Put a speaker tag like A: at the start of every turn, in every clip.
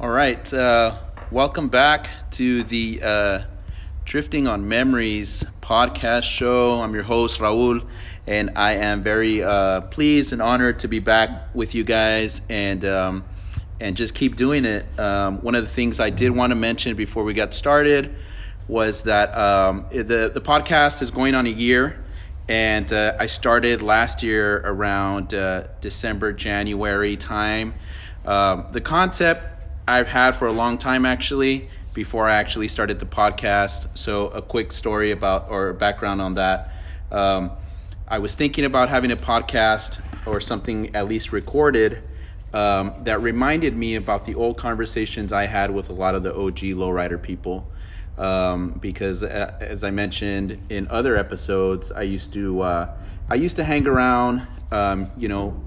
A: All right. Uh, welcome back to the uh, Drifting on Memories podcast show. I'm your host, Raul, and I am very uh, pleased and honored to be back with you guys and, um, and just keep doing it. Um, one of the things I did want to mention before we got started was that um, the, the podcast is going on a year. And uh, I started last year around uh, December, January time. Um, the concept I've had for a long time actually, before I actually started the podcast. So, a quick story about or background on that. Um, I was thinking about having a podcast or something at least recorded um, that reminded me about the old conversations I had with a lot of the OG lowrider people. Um, because uh, as I mentioned in other episodes, I used to uh, I used to hang around, um, you know,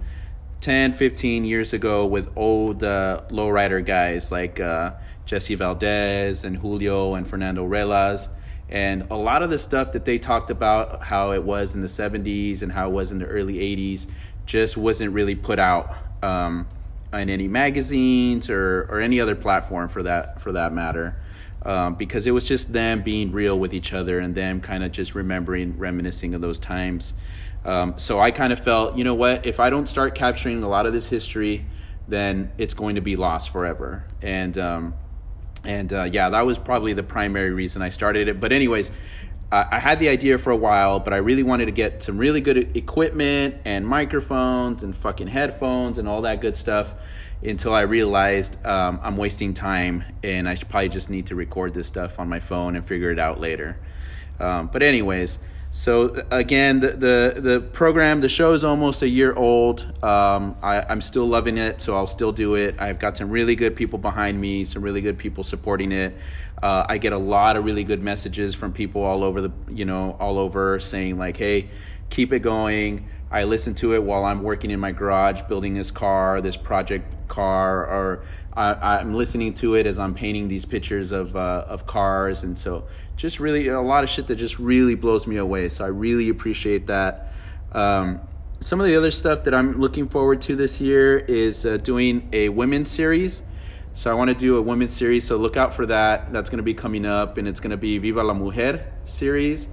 A: 10, 15 years ago with old uh, lowrider guys like uh, Jesse Valdez and Julio and Fernando Relas. And a lot of the stuff that they talked about, how it was in the 70s and how it was in the early 80s, just wasn't really put out um, in any magazines or, or any other platform for that, for that matter. Um, because it was just them being real with each other and them kind of just remembering, reminiscing of those times. Um, so I kind of felt, you know what, if I don't start capturing a lot of this history, then it's going to be lost forever. And um, and uh, yeah, that was probably the primary reason I started it. But anyways, I, I had the idea for a while, but I really wanted to get some really good e-, equipment and microphones and fucking headphones and all that good stuff. Until I realized um, I'm wasting time and I should probably just need to record this stuff on my phone and figure it out later. Um, but anyways, so again, the, the the program, the show is almost a year old. Um, I, I'm still loving it, so I'll still do it. I've got some really good people behind me, some really good people supporting it. Uh, I get a lot of really good messages from people all over the you know all over saying like, hey, keep it going. I listen to it while I'm working in my garage building this car, this project car, or I, I'm listening to it as I'm painting these pictures of uh, of cars, and so just really a lot of shit that just really blows me away. So I really appreciate that. Um, some of the other stuff that I'm looking forward to this year is uh, doing a women's series. So I want to do a women's series. So look out for that. That's going to be coming up, and it's going to be Viva la Mujer series.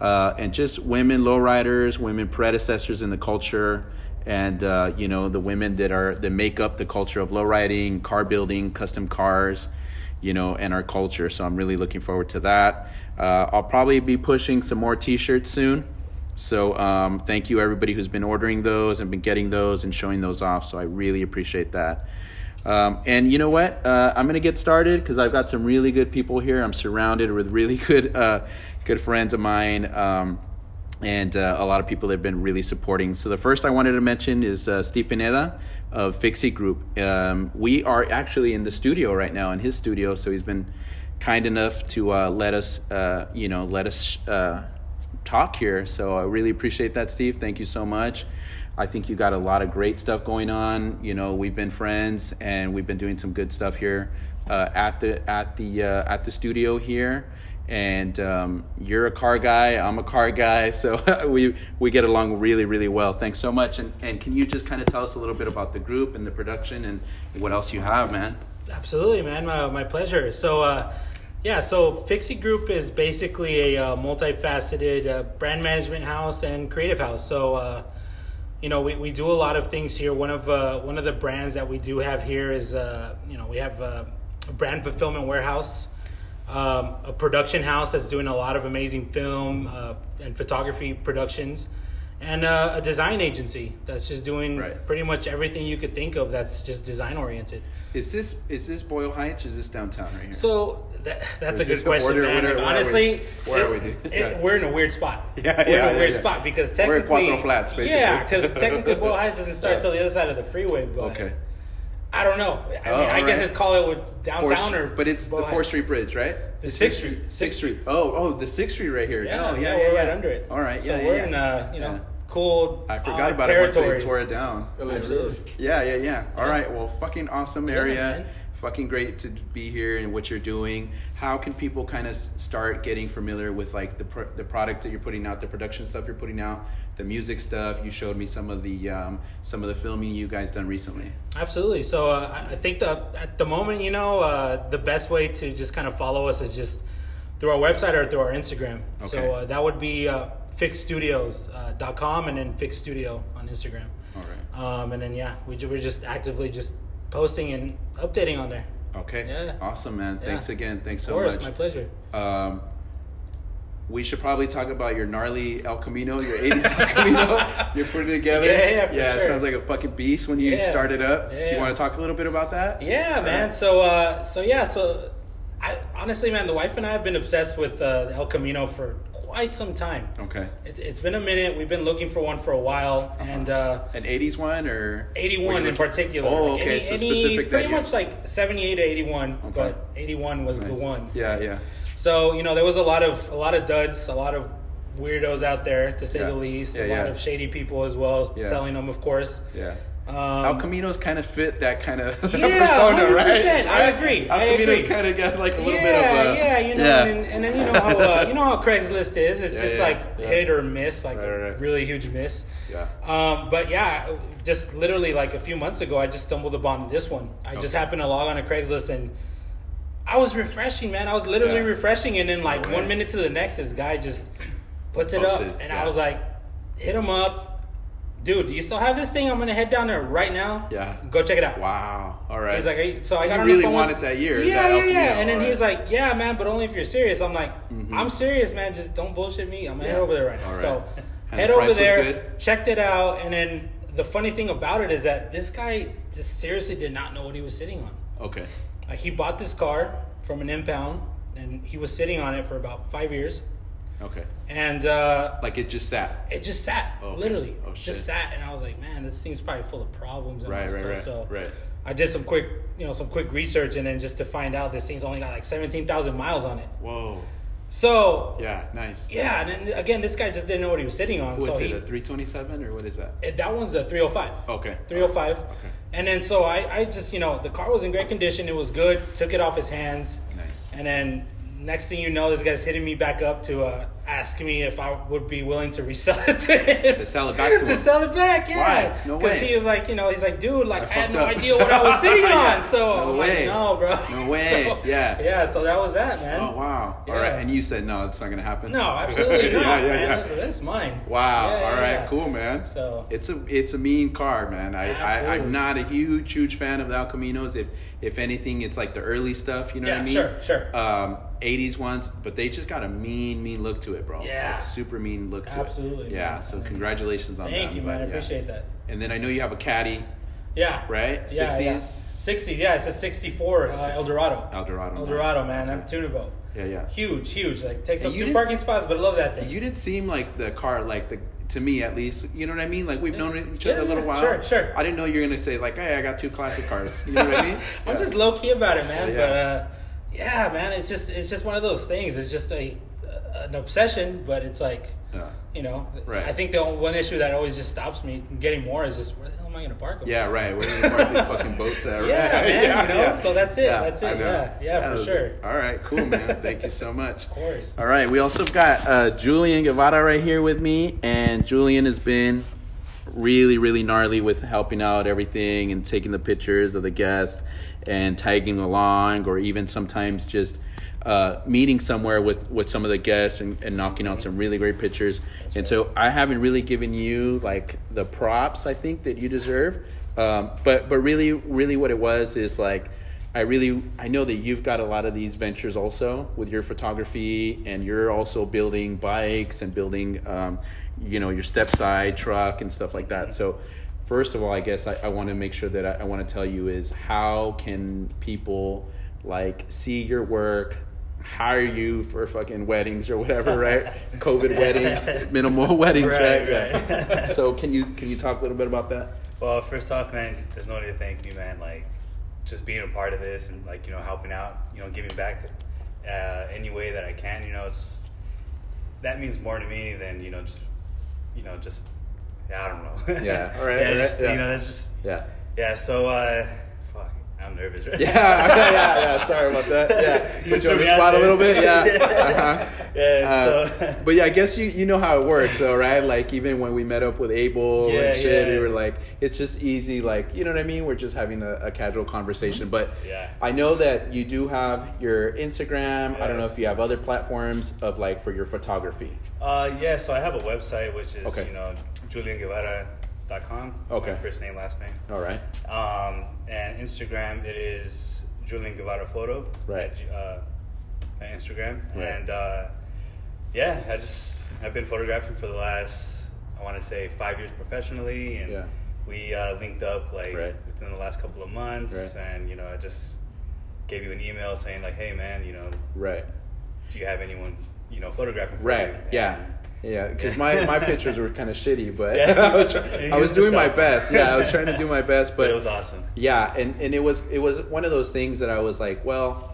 A: Uh, and just women lowriders, women predecessors in the culture, and uh, you know the women that are that make up the culture of lowriding, car building, custom cars, you know, and our culture. So I'm really looking forward to that. Uh, I'll probably be pushing some more T-shirts soon. So um, thank you everybody who's been ordering those and been getting those and showing those off. So I really appreciate that. Um, and you know what? Uh, I'm gonna get started because I've got some really good people here. I'm surrounded with really good, uh, good friends of mine, um, and uh, a lot of people that have been really supporting. So the first I wanted to mention is uh, Steve Pineda of Fixie Group. Um, we are actually in the studio right now in his studio, so he's been kind enough to uh, let us, you know, let us uh, talk here. So I really appreciate that, Steve. Thank you so much. I think you got a lot of great stuff going on. You know, we've been friends and we've been doing some good stuff here uh, at the at the uh, at the studio here. And um, you're a car guy. I'm a car guy. So we we get along really really well. Thanks so much. And and can you just kind of tell us a little bit about the group and the production and what else you have, man?
B: Absolutely, man. My, my pleasure. So. Uh... Yeah, so Fixie Group is basically a uh, multifaceted uh, brand management house and creative house. So, uh, you know, we, we do a lot of things here. One of uh, one of the brands that we do have here is, uh, you know, we have a brand fulfillment warehouse, um, a production house that's doing a lot of amazing film uh, and photography productions, and uh, a design agency that's just doing
A: Right.
B: pretty much everything you could think of that's just design oriented.
A: Is this is this Boyle Heights or is this downtown right here?
B: So that, that's a
A: Is this
B: good
A: the
B: question,
A: order-
B: man.
A: order- where
B: Like,
A: are we-
B: honestly,
A: where are we
B: it-
A: doing-
B: it-
A: yeah.
B: we're in a weird spot.
A: Yeah,
B: we're
A: yeah,
B: in a
A: yeah,
B: weird
A: yeah.
B: spot because
A: We're in
B: technically,
A: Cuatro Flats, basically.
B: yeah, because technically, Boyle Heights doesn't start till the other side of the freeway. But
A: Okay.
B: I don't know. I, mean,
A: Oh,
B: I guess
A: alright.
B: it's call it with
A: Fourth-
B: downtown or,
A: but it's the
B: Boyle
A: Fourth
B: Heights.
A: Street Bridge, right?
B: the Sixth Street,
A: Sixth Street. Oh, oh, the Sixth Street right here.
B: Yeah,
A: oh,
B: yeah, we're right under it.
A: All right,
B: so
A: yeah,
B: we're
A: yeah,
B: in
A: yeah.
B: a you
A: Yeah.
B: know cool.
A: I
B: odd
A: forgot about it once
B: territory.
A: they tore it down.
B: Absolutely.
A: Yeah, yeah, yeah. All right, well, fucking awesome area.
B: man.
A: fucking great to be here and what you're doing. How can people kind of start getting familiar with like the pro- the product that you're putting out, the production stuff you're putting out, the music stuff? You showed me some of the um, some of the filming you guys done recently.
B: Absolutely. So uh, I- I think the at the moment, you know, uh, the best way to just kind of follow us is just through our website or through our Instagram.
A: Okay.
B: So uh, that would be uh, fixstudios.com and then fixstudio on Instagram.
A: All right.
B: Um, and then yeah, we ju- we're just actively just posting and updating on there.
A: Okay.
B: Yeah.
A: Awesome, man.
B: Yeah.
A: Thanks again. Thanks
B: Of
A: so
B: course,
A: much.
B: my pleasure.
A: Um, we should probably talk about your gnarly El Camino, your 80s El Camino. You're putting it together.
B: Yeah, yeah, for
A: it
B: sure.
A: sounds like a fucking beast when you
B: Yeah.
A: started up. So you
B: Yeah.
A: want to talk a little bit about that?
B: Yeah, man. So, uh, so yeah, so I honestly, man, the wife and I have been obsessed with uh, El Camino for quite some time.
A: Okay.
B: It, it's been a minute. We've been looking for one for a while,
A: Uh-huh.
B: and uh,
A: An 80s one or? were
B: 81
A: you
B: in
A: looking-
B: particular.
A: Oh,
B: Like,
A: okay.
B: any-
A: so
B: any-
A: specific that
B: Pretty
A: year.
B: much like 78 to 81,
A: Okay.
B: but 81 was the
A: Nice.
B: one.
A: Yeah, yeah.
B: So you know, there was a lot of a lot of duds, a lot of weirdos out there, to say
A: Yeah.
B: the least. a
A: Yeah,
B: lot
A: yeah.
B: of shady people as well,
A: Yeah.
B: selling them, of course.
A: Yeah.
B: Um,
A: El Camino's kind of fit that kind of
B: Yeah,
A: persona, right?
B: 100%. I agree.
A: El
B: I
A: Camino's
B: agree.
A: kind of got like a little
B: yeah,
A: bit of uh, a.
B: yeah, you know, And, and then you know how uh, you know how Craigslist is. It's
A: Yeah,
B: just
A: yeah,
B: like
A: yeah.
B: hit or miss, like
A: Right,
B: a
A: right, right.
B: really huge miss.
A: Yeah.
B: Um, but yeah, just literally like a few months ago, I just stumbled upon this one. I just
A: Okay.
B: happened to log on to Craigslist and I was refreshing, man. I was literally
A: Yeah.
B: refreshing, and then like
A: way.
B: one minute to the next, this guy just puts it
A: Posted,
B: up, and
A: yeah.
B: I was like, hit him up. Dude, you still have this thing? I'm gonna head down there right now.
A: Yeah.
B: Go check it out.
A: Wow. All right.
B: He's like, are you- so I
A: You
B: got on
A: really
B: the phone with-
A: wanted that year,
B: Yeah,
A: that
B: yeah,
A: El
B: yeah.
A: Camino,
B: And then he
A: right?
B: was like, yeah, man, but only if you're serious. I'm like, I'm serious, man. Just don't bullshit me. I'm gonna head over there right now.
A: Mm-hmm. All right.
B: So
A: And
B: head
A: the price
B: over
A: was
B: there,
A: good?
B: checked it out, and then the funny thing about it is that this guy just seriously did not know what he was sitting on.
A: okay.
B: Like he bought this car from an impound, and he was sitting on it for about five years,
A: Okay.
B: and uh,
A: Like it just sat.
B: it just sat,
A: Okay.
B: literally,
A: Oh, shit.
B: just sat. And I was like, man, this thing's probably full of problems. And all
A: Right,
B: this
A: right,
B: stuff."
A: right,
B: So
A: right.
B: I did some quick, you know, some quick research, and then just to find out this thing's only got like seventeen thousand miles on it.
A: Whoa.
B: So yeah,
A: Yeah. Nice.
B: and then again, this guy just didn't know what he was sitting on.
A: What's
B: so
A: it?
B: he,
A: A three twenty seven or what is that? Oh.
B: eh, that one's a three hundred five.
A: Okay.
B: Three hundred five. And then so I, I just you know the car was in great condition. It was good. Took it off his hands.
A: Nice.
B: And then next thing you know, this guy's hitting me back up to uh, ask me if I would be willing to resell it to him.
A: To sell it back to him.
B: sell it back, yeah.
A: Why? No
B: Because
A: way.
B: he was like, you know, he's like, dude, like I, had
A: fucked
B: no
A: up.
B: idea what I was sitting
A: Yeah.
B: on. So
A: No
B: I'm
A: way.
B: like, no, bro.
A: No way.
B: So,
A: Yeah.
B: Yeah. So that was that, man.
A: Oh wow. All
B: Yeah.
A: right. And you said no, it's not gonna happen.
B: No, absolutely not,
A: yeah, yeah,
B: man.
A: yeah.
B: That's, that's mine.
A: Wow.
B: Yeah, yeah,
A: All right.
B: yeah.
A: Cool, man.
B: So-
A: it's a it's a mean car, man. I, I I'm
B: Absolutely.
A: not a huge huge fan of the Al Caminos. If if anything, it's like the early stuff. You know what I
B: Yeah,
A: mean?
B: sure, sure.
A: Um, 80s ones, but they just got a mean mean look to it, bro.
B: Yeah.
A: Like, super mean look to it.
B: Absolutely,
A: Yeah.
B: man.
A: So congratulations on that.
B: Thank you, man. I appreciate that.
A: And then I know you have a caddy,
B: Yeah.
A: right?
B: Yeah,
A: 60s.
B: 60s, yeah, it's a 64 uh, Eldorado.
A: Eldorado.
B: Eldorado, man, I'm
A: Okay.
B: tunable.
A: Yeah, yeah.
B: Huge, huge. Like, takes
A: And
B: up
A: you
B: two
A: didn't-
B: parking spots, but I love that thing.
A: You didn't seem like the car, like the to me at least. You know what I mean? Like we've known each
B: Yeah,
A: other a little
B: yeah,
A: while.
B: sure, sure.
A: I didn't know you were gonna say like, "Hey, I got two classic cars." You know what I mean?
B: I'm
A: Yeah.
B: just low key about it, man.
A: Yeah.
B: But uh, yeah, man, it's just it's just one of those things. It's just a an obsession, but it's like
A: Yeah.
B: you know,
A: Right.
B: I think the only- one issue that always just stops me from getting more is just where the hell am I gonna park them?
A: Yeah, right. Where do you park these fucking boats at? Right?
B: Yeah, man,
A: Yeah,
B: you know?
A: yeah.
B: So that's it, that's it,
A: I know.
B: yeah, yeah, for
A: that was-
B: sure.
A: All right, cool, man. Thank you so much.
B: of course.
A: All right, we also got uh, Julian Guevara right here with me, and Julian has been really, really gnarly with helping out everything and taking the pictures of the guest and tagging along, or even sometimes just uh, meeting somewhere with, with some of the guests and, and knocking out some really great pictures. And so I haven't really given you like the props I think that you deserve, um, but but really, really what it was is like. I really I know that you've got a lot of these ventures also with your photography, and you're also building bikes and building, um, you know, your step side truck and stuff like that. So, first of all, I guess I, I want to make sure that I, I want to tell you is how can people like see your work. Hire you for fucking weddings or whatever, right? COVID weddings, minimal weddings, right?
C: Right,
A: Yeah.
C: right.
A: so can you can you talk a little bit about that?
C: Well, first off, man, there's no need to thank you, man. Like, just being a part of this and like you know helping out, you know, giving back uh, any way that I can. You know, it's that means more to me than you know just you know just I don't know.
A: Yeah. All right, all right,
C: just,
A: yeah.
C: You know, that's just
A: Yeah.
C: yeah. So, uh, fuck, I'm I'm nervous. Right
A: Yeah, yeah, yeah, yeah. Sorry about that. Yeah,
C: You
A: put you on
C: threw
A: the
C: me out
A: spot a
C: there.
A: little bit. Yeah, uh-huh.
C: yeah. Yeah,
A: Uh,
C: so-
A: but yeah, I guess you you know how it works, though, right? Like even when we met up with Abel
C: Yeah,
A: and shit,
C: yeah.
A: we were like, it's just easy, like you know what I mean. We're just having a, a casual conversation. But
C: Mm-hmm. Yeah.
A: I know that you do have your Instagram. I don't know
C: Yes.
A: if you have other platforms of like for your photography.
C: Uh, yeah, so I have a website which is
A: Okay.
C: you know julianguevara.com.
A: Okay.
C: My first name, last name.
A: All right.
C: Um, and Instagram, it is Julian Guevara Photo.
A: Right.
C: at G- Uh, at Instagram.
A: Right.
C: And uh, yeah, I just I've been photographing for the last I want to say five years professionally, and
A: Yeah.
C: we uh, linked up like
A: Right.
C: within the last couple of months,
A: Right.
C: and you know I just gave you an email saying like, hey man, you know,
A: Right.
C: do you have anyone you know photographing? For
A: Right.
C: You?
A: Yeah.
C: And-
A: Yeah. Because my, my pictures were kind of shitty, but
C: Yeah.
A: I was try-
C: You
A: I was
C: used to
A: doing my
C: suck.
A: best. Yeah, I was trying to do my best, but
C: it was awesome.
A: yeah, and, and it was it was one of those things that I was like, well,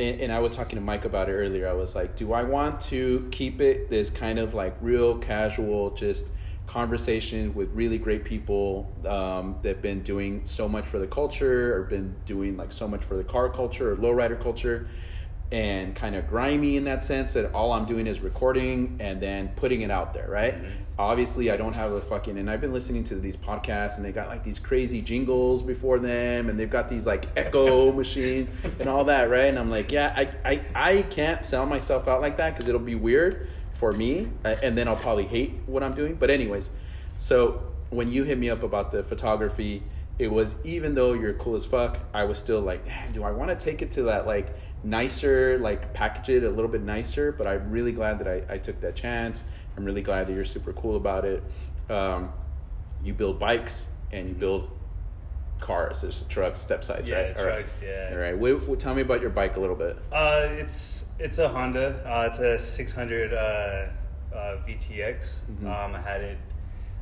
A: and, and I was talking to Mike about it earlier. I was like, do I want to keep it this kind of like real casual, just conversation with really great people um, that've been doing so much for the culture or been doing like so much for the car culture or lowrider culture and kind of grimy in that sense that all I'm doing is recording and then putting it out there, right? Obviously, I don't have a fucking, and I've been listening to these podcasts and they got like these crazy jingles before them and they've got these like echo machines and all that, right? And I'm like, yeah, I, I, I can't sell myself out like that because it'll be weird for me uh, and then I'll probably hate what I'm doing. But, anyways, so when you hit me up about the photography, it was even though you're cool as fuck, I was still like, "Man, do I want to take it to that like nicer, like package it a little bit nicer? But I'm really glad that I, I took that chance. I'm really glad that you're super cool about it. Um, you build bikes and you build cars. There's trucks, step sides,
C: Yeah,
A: right? All right.
C: trucks, yeah.
A: All right. What, what, tell me about your bike a little bit.
C: Uh, it's it's a Honda. Uh, it's a 600 uh, uh, VTX.
A: Mhm.
C: Um, I had it.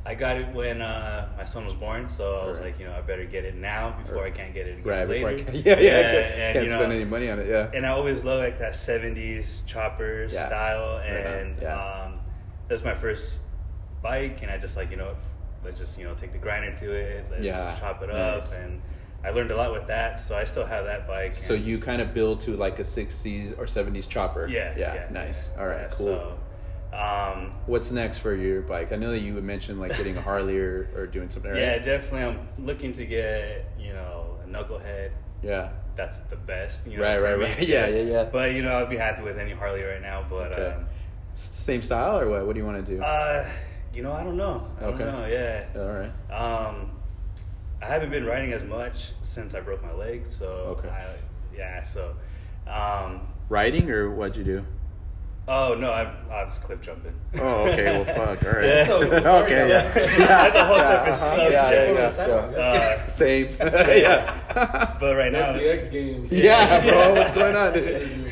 C: I got it when uh, my son was born, so I was
A: Right.
C: like, you know, I better get it now before I can't get it again
A: Right
C: later.
A: before I can, yeah, yeah, I
C: And-
A: can't,
C: and,
A: can't
C: you know,
A: spend any money on it. Yeah.
C: And I always love like that 70s chopper
A: Yeah.
C: style,
A: Right on,
C: and
A: yeah.
C: um, that's my first bike, and I just like you know, let's just you know take the grinder to it, let's
A: Yeah,
C: chop it
A: nice.
C: up, and I learned a lot with that, so I still have that bike.
A: So
C: and-
A: you kind of build to like a '60s or '70s chopper.
C: Yeah.
A: Yeah. nice.
C: yeah,
A: All right.
C: yeah.
A: cool.
C: So, um,
A: What's next for your bike? I know that you had mentioned like getting a Harley or, or doing something. Right?
C: yeah, definitely. I'm looking to get you know a knucklehead.
A: yeah.
C: That's the best. You know,
A: Right,
C: for
A: right,
C: me.
A: right. Yeah, yeah, yeah.
C: But you know, I'd be happy with any Harley right now. But
A: Okay. S- Same style or what? What do you want to do?
C: um, uh, you know, I don't know. I
A: Okay.
C: don't know. Yeah.
A: All right.
C: Um, I haven't been riding as much since I broke my leg. So
A: Okay.
C: I, yeah. So. Um,
A: Riding or what'd you do?
C: Oh no! I, I was clip jumping.
A: Oh, okay. Well, fuck. All right.
C: Yeah.
B: So- sorry
A: okay.
B: about
A: Yeah.
B: that.
A: Yeah,
C: That's a whole separate
A: uh-huh,
C: subject.
A: yeah, yeah, yeah,
B: Sidewalk.
A: yeah.
C: Uh,
A: Same. yeah.
C: But right now,
D: That's the X Games.
A: yeah, bro. What's going on?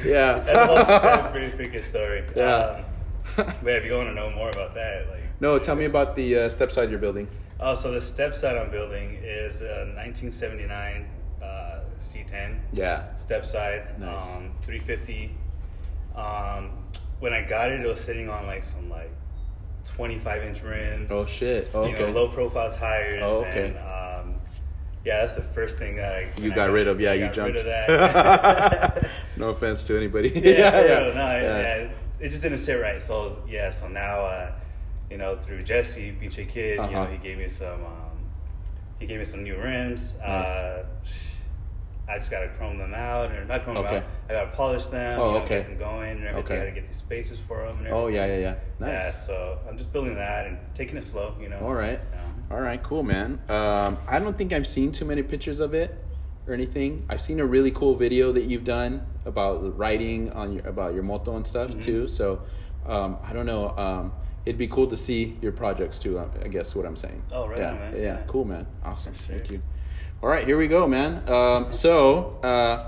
A: Yeah.
C: that's a whole separate freaking story.
A: Yeah.
C: Um, but if you want to know more about that, like,
A: no, tell me about the uh, step side you're building.
C: oh, so the steps that I'm building is a 1979 uh, C10
A: Yeah.
C: step side,
A: Nice.
C: um, 350. Um, when I got it, it was sitting on like some like 25 inch rims.
A: Oh shit.
C: You
A: Okay.
C: know, low profile tires.
A: Oh, okay.
C: And, um, yeah, that's the first thing that I
A: You
C: when I
A: got rid of, yeah,
C: I
A: you
C: got
A: jumped.
C: Rid of that.
A: no offense to anybody.
C: yeah, for real, no, it- yeah, It just didn't sit right. So I was- yeah, so now uh, you know through Jesse BJ Kid, you know
A: Uh-huh.
C: he gave me some um, he gave me some new rims.
A: Nice.
C: Uh, I just gotta chrome them out, or not chrome
A: Okay.
C: them out. I gotta polish them.
A: Oh,
C: you know,
A: okay.
C: Get them going and everything.
A: Okay.
C: I gotta get these spaces for them. And everything.
A: Oh yeah, yeah, yeah. Nice.
C: Yeah, so I'm just building that and taking it slow. You know.
A: All right.
C: Um,
A: All right, cool, man. Um, I don't think I've seen too many pictures of it or anything. I've seen a really cool video that you've done about riding on your about your moto and stuff
C: Mhm.
A: too. So um, I don't know. Um, it'd be cool to see your projects too. I I guess what I'm saying.
C: Oh, right
A: yeah,
C: on, man.
A: Yeah,
C: Yeah.
A: cool, man. Awesome.
C: Sure.
A: Thank you. All right, here we go, man. Um, so. Uh,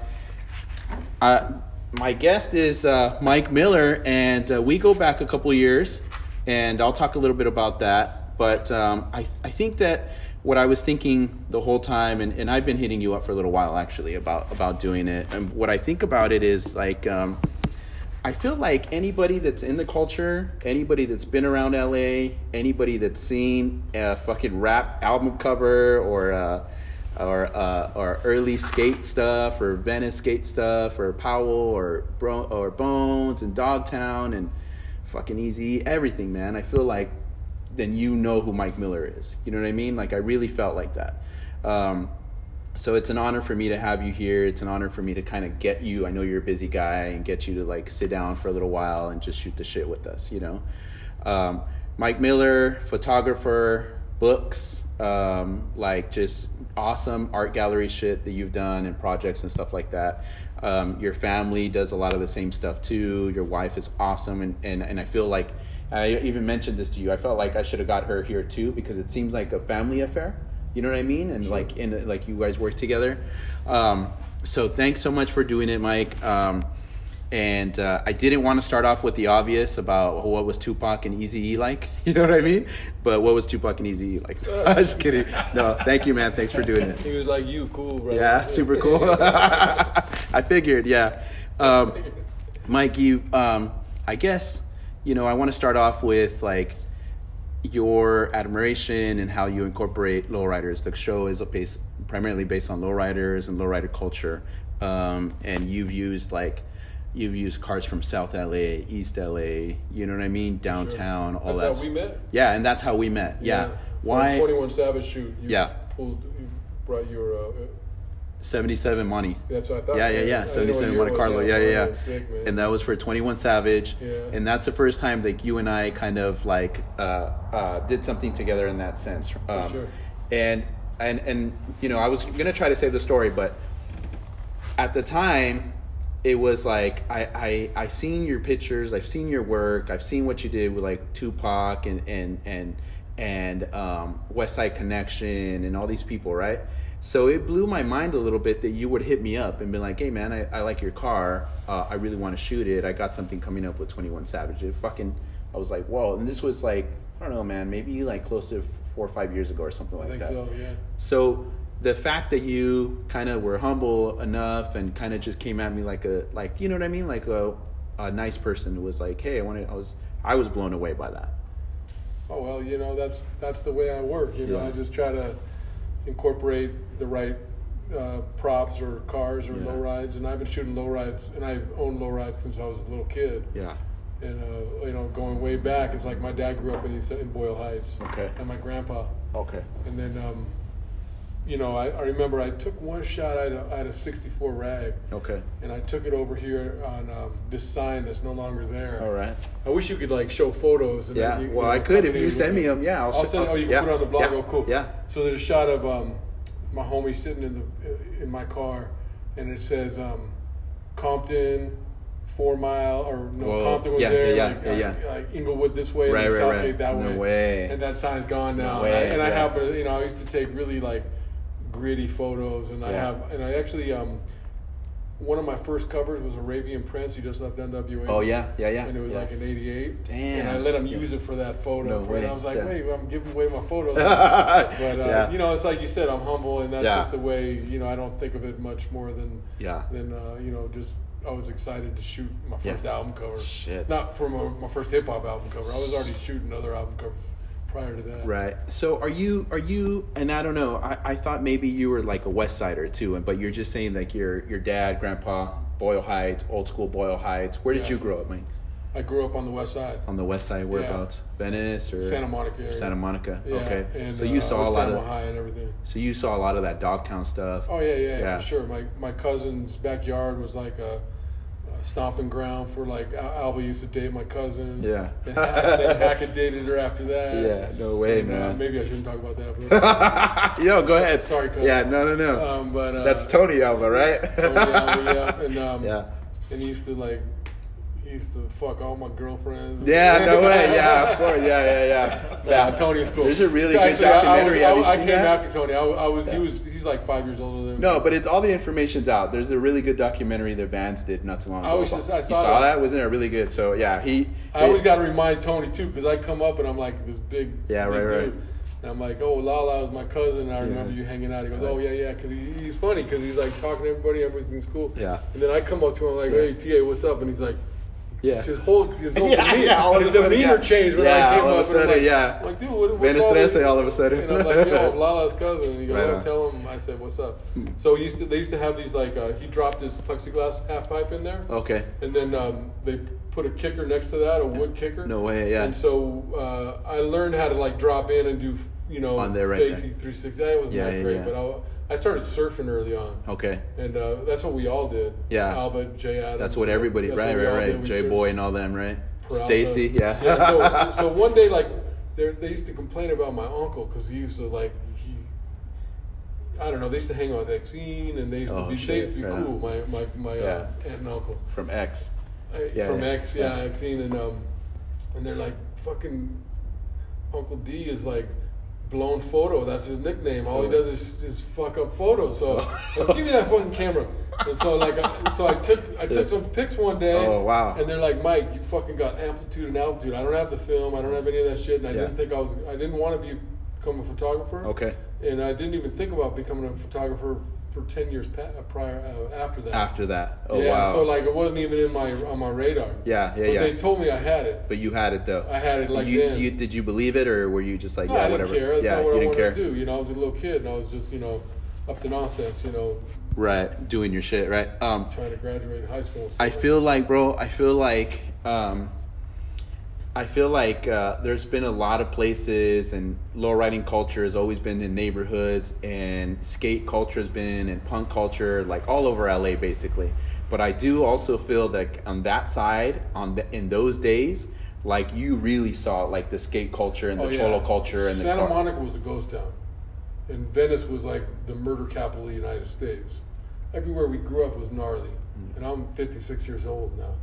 A: uh, my guest is uh, Mike Miller, and uh, we go back a couple years, and I'll talk a little bit about that. But um, I, I think that what I was thinking the whole time, and, and I've been hitting you up for a little while actually about, about doing it, and what I think about it is like, um, I feel like anybody that's in the culture, anybody that's been around LA, anybody that's seen a fucking rap album cover or uh, or uh, or early skate stuff or Venice skate stuff or Powell or Bro- or Bones and Dogtown and fucking Easy everything, man. I feel like then you know who Mike Miller is. You know what I mean? Like I really felt like that. Um, so it's an honor for me to have you here. It's an honor for me to kind of get you. I know you're a busy guy and get you to like sit down for a little while and just shoot the shit with us. You know, um, Mike Miller, photographer, books, um, like just awesome art gallery shit that you've done and projects and stuff like that. Um, your family does a lot of the same stuff too. Your wife is awesome, and and, and I feel like I even mentioned this to you. I felt like I should have got her here too because it seems like a family affair. You know what I mean? And like in like you guys work together. Um, so thanks so much for doing it, Mike. Um, and uh, I didn't want to start off with the obvious about what was Tupac and Easy E like. You know what I mean? But what was Tupac and Easy E like? I was kidding. No, thank you, man. Thanks for doing it.
D: He was like, "You cool, bro."
A: Yeah, super cool. I figured. Yeah, um, Mike, you. Um, I guess you know. I want to start off with like your admiration and how you incorporate lowriders. The show is a base, primarily based on lowriders and lowrider culture, um, and you've used like you've used cars from South LA, East LA. You know what I mean? Downtown, all
D: That's
A: that.
D: how we met.
A: yeah, and that's how we met. Yeah. Why?
D: Twenty One Savage shoot. You
A: Yeah.
D: Pulled. You brought your. Uh,
A: Seventy-seven money.
D: that's what I thought.
A: Yeah,
D: man.
A: yeah,
D: I didn't
A: yeah.
D: know
A: Seventy-seven
D: what
A: Monte
D: year it
A: Carlo.
D: was.
A: Yeah, yeah, yeah.
D: Sick, man.
A: and that was for Twenty-One Savage.
D: Yeah.
A: And that's the first time like you and I kind of like uh, uh, did something together in that sense. Um,
D: sure.
A: And and and you know I was gonna try to save the story, but at the time it was like I I I seen your pictures, I've seen your work, I've seen what you did with like Tupac and and and and um, West Side Connection and all these people, right? So it blew my mind a little bit that you would hit me up and be like, "Hey man, I, I like your car. Uh, I really want to shoot it. I got something coming up with Twenty One Savage." It fucking, I was like, "Whoa!" And this was like, I don't know, man, maybe like close to four or five years ago or something
D: I
A: like
D: think
A: that.
D: so. Yeah.
A: So the fact that you kind of were humble enough and kind of just came at me like a like you know what I mean like a a nice person who was like hey I want to I was I was blown away by that.
D: oh well you know that's that's the way i work you know
A: Yeah.
D: i just try to incorporate the right uh, props or cars or
A: Yeah.
D: low rides and i've been shooting low rides and i've owned low rides since i was a little kid
A: Yeah.
D: and uh, you know going way back it's like my dad grew up in, East, in boyle heights
A: Okay.
D: and my grandpa
A: Okay.
D: and then um, you know I, I remember i took one shot I had a, I had a 64 rag
A: Okay.
D: and i took it over here on um, this sign that's no longer there
A: All right.
D: I wish you could like show photos. And
A: Yeah.
D: then you-
A: Well,
D: you know,
A: I could if
D: accompany
A: you
D: it
A: send me
D: with-
A: them. Yeah. I'll,
D: I'll
A: s-
D: send.
A: I'll
D: oh,
A: s-
D: you
A: yeah.
D: can put it on the blog.
A: Yeah.
D: Oh, cool.
A: Yeah.
D: So there's a shot of um, my homie sitting in the in my car, and it says um, Compton, Four Mile, or no
A: Whoa.
D: Compton was
A: Yeah,
D: there,
A: yeah,
D: like,
A: yeah, yeah.
D: like, like Inglewood this way,
A: Right,
D: and
A: right,
D: then Southgate
A: right.
D: that
A: No
D: way.
A: way.
D: And that sign's gone now.
A: way,
D: and I, and I
A: yeah.
D: have, a- you know, I used to take really like gritty photos, and I
A: Yeah.
D: have, and I actually. Um, one of my first covers was Arabian Prince. He just left NWA.
A: Oh, yeah, yeah, yeah,
D: And it was
A: yeah.
D: like an '88.
A: Damn.
D: And I let him use it for that photo.
A: No
D: for- and
A: way,
D: I was like,
A: yeah.
D: wait, I'm giving away my photos. but uh,
A: Yeah.
D: you know, it's like you said, I'm humble, and that's
A: Yeah.
D: just the way. You know, I don't think of it much more than
A: Yeah.
D: than uh, you know, just I was excited to shoot my
A: Yeah.
D: first album cover.
A: Shit.
D: Not for my, my first hip hop album cover. I was already shooting other album covers prior to that.
A: Right. So are you are you and I don't know, I, I thought maybe you were like a West Sider too, and but you're just saying like your your dad, grandpa, Boyle Heights, old school Boyle Heights. Where did
D: Yeah.
A: you grow up, Mike?
D: I grew up on the West Side,
A: On the west side whereabouts? Venice or
D: Santa Monica area.
A: Santa Monica.
D: Yeah,
A: okay.
D: And,
A: so you
D: uh,
A: saw a lot
D: Oklahoma
A: of
D: high and everything.
A: so you saw a lot of that Dogtown stuff.
D: Oh yeah, yeah,
A: Yeah.
D: for sure. My my cousin's backyard was like a, a stomping ground for like Al- Alva used to date my cousin.
A: Yeah.
D: Then Hack, then Hackett dated her after that.
A: Yeah, no way,
D: And, uh,
A: man.
D: maybe I shouldn't talk about that.
A: Yo, go ahead.
D: Sorry, cuz.
A: Yeah, no no no.
D: But, um, but uh,
A: That's Tony Alva, right?
D: Tony Alva, yeah. And um,
A: yeah.
D: and he used to like he used to fuck all my girlfriends.
A: Yeah, no way. Yeah, of course. Yeah, yeah, yeah.
D: Nah, Tony is cool.
A: There's a really
D: So
A: good
D: actually, I-
A: documentary.
D: I,
A: Have
D: was,
A: you
D: I, I
A: seen
D: came
A: that?
D: after Tony. I, I was
A: Yeah.
D: he was he's like five years older than me.
A: No, but it's all the information's out. There's a really good documentary that Vance did not too long ago.
D: I was just- I
A: You
D: saw
A: saw
D: that.
A: that. Wasn't it really good? So yeah, he.
D: I always got to remind Tony too, because I come up and I'm like this big,
A: Yeah,
D: big
A: right, right.
D: and I'm like, oh, Lala was my cousin. And I remember you hanging out. He goes, oh yeah, yeah, because he, he's funny, because he's like talking to everybody, everything's cool.
A: Yeah.
D: And then I come up to him like, hey, Ta, what's up? And he's like,
A: Yeah.
D: His whole his whole
A: Yeah,
D: demeanor,
A: yeah, all of
D: his
A: a sudden,
D: demeanor
A: yeah.
D: changed when
A: Yeah,
D: I came
A: all of a
D: up. and I'm
A: sudden,
D: like,
A: yeah.
D: Like, dude, what, what's
A: Ven
D: all this?
A: Estrese all of a sudden.
D: And I'm like, yo, I'm Lala's cousin. And you
A: Right on.
D: go,
A: Hmm.
D: right tell him. I said, what's up? So he used to, they used to have these like uh, he dropped his plexiglass half pipe in there.
A: Okay.
D: And then um, they put a kicker next to that, a wood kicker.
A: No way, yeah.
D: And so uh, I learned how to like drop in and do, you know,
A: On there, right
D: fakes,
A: there.
D: 360. It wasn't
A: Yeah,
D: that
A: yeah,
D: great,
A: yeah.
D: but I, I started surfing early on.
A: Okay.
D: And uh, that's what we all did.
A: Yeah.
D: Albert, Jay Adams.
A: That's what everybody,
D: That's
A: right,
D: what we
A: right,
D: all did.
A: right.
D: We
A: J
D: surfed
A: Boy and all them, right?
D: Peralta.
A: Stacy, yeah.
D: yeah so, so one day, like, there- they used to complain about my uncle because he used to, like, he, I don't know, they used to hang out with Xene and they used to
A: Oh,
D: be, they
A: shit,
D: used to be
A: right
D: cool, my, my, my uh, aunt and uncle.
A: From X.
D: I,
A: Yeah,
D: Uh, from
A: yeah,
D: X, yeah,
A: yeah.
D: I've seen, and um, and they're like, fucking Uncle D is like blown photo. That's his nickname. All he does is, is fuck up photos. So
A: Oh.
D: like, give me that fucking camera. And so like, I, so I took I took some pics one day.
A: Oh, wow.
D: And they're like, Mike, you fucking got amplitude and altitude. I don't have the film. I don't have any of that shit. And I
A: Yeah.
D: didn't think I was. I didn't want to be become a photographer.
A: Okay.
D: And I didn't even think about becoming a photographer for ten years pa- prior uh, after that.
A: After that. Oh,
D: yeah,
A: wow.
D: so like it wasn't even in my on my radar.
A: Yeah, yeah,
D: but
A: yeah.
D: They told me I had it.
A: but you had it, though.
D: I had it like
A: you,
D: then.
A: do you, did you believe it, or were you just like,
D: No,
A: yeah,
D: I didn't
A: whatever?
D: care. That's
A: yeah,
D: not
A: you
D: what I
A: didn't
D: wanted
A: care.
D: to do. You know, I was a little kid and I was just you know up to nonsense. You know,
A: Right, doing your shit, right? Um,
D: trying to graduate high school. and
A: I
D: stuff.
A: feel like, bro. I feel like, um, I feel like uh, there's been a lot of places, and low riding culture has always been in neighborhoods, and skate culture has been, and punk culture, like all over LA, basically. But I do also feel that on that side, on the, in those days, like you really saw like the skate culture and the
D: Oh, yeah.
A: cholo culture and
D: Santa
A: the car-
D: Monica was a ghost town, and Venice was like the murder capital of the United States. Everywhere we grew up was gnarly,
A: Hmm.
D: and I'm 56 years old now,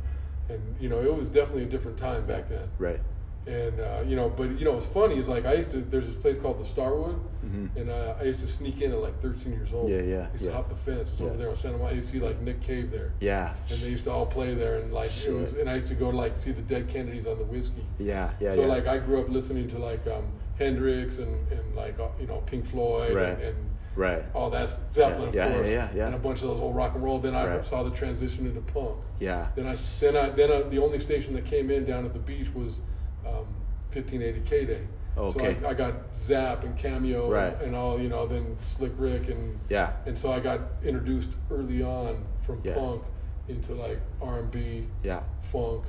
D: and you know it was definitely a different time back then.
A: right.
D: And uh, you know, but you know, what's funny is like I used to. There's this place called the Starwood, and uh, I used to sneak in at like 13 years old.
A: Mm-hmm. Yeah, yeah,
D: I used
A: yeah.
D: to hop the fence. It's over
A: Yeah.
D: there on Santa Monica. You see like Nick Cave there,
A: Yeah.
D: and they used to all play there. And like
A: Shit.
D: it was, and I used to go like see the Dead Kennedys on the whiskey.
A: Yeah. Yeah.
D: so
A: yeah.
D: like I grew up listening to like um, Hendrix and and like uh, you know Pink Floyd
A: Right.
D: and. and
A: right.
D: all that Zeppelin,
A: Yeah,
D: of
A: yeah,
D: course,
A: yeah, yeah.
D: and a bunch of those old rock and roll. Then I
A: Right.
D: saw the transition into punk.
A: Yeah.
D: Then I then I then I, the only station that came in down at the beach was um, 1580 K Day.
A: Okay.
D: So I, I got Zap and Cameo
A: Right.
D: and, all you know. Then Slick Rick and
A: Yeah.
D: And so I got introduced early on from
A: Yeah.
D: punk into like R and B,
A: Yeah.
D: funk,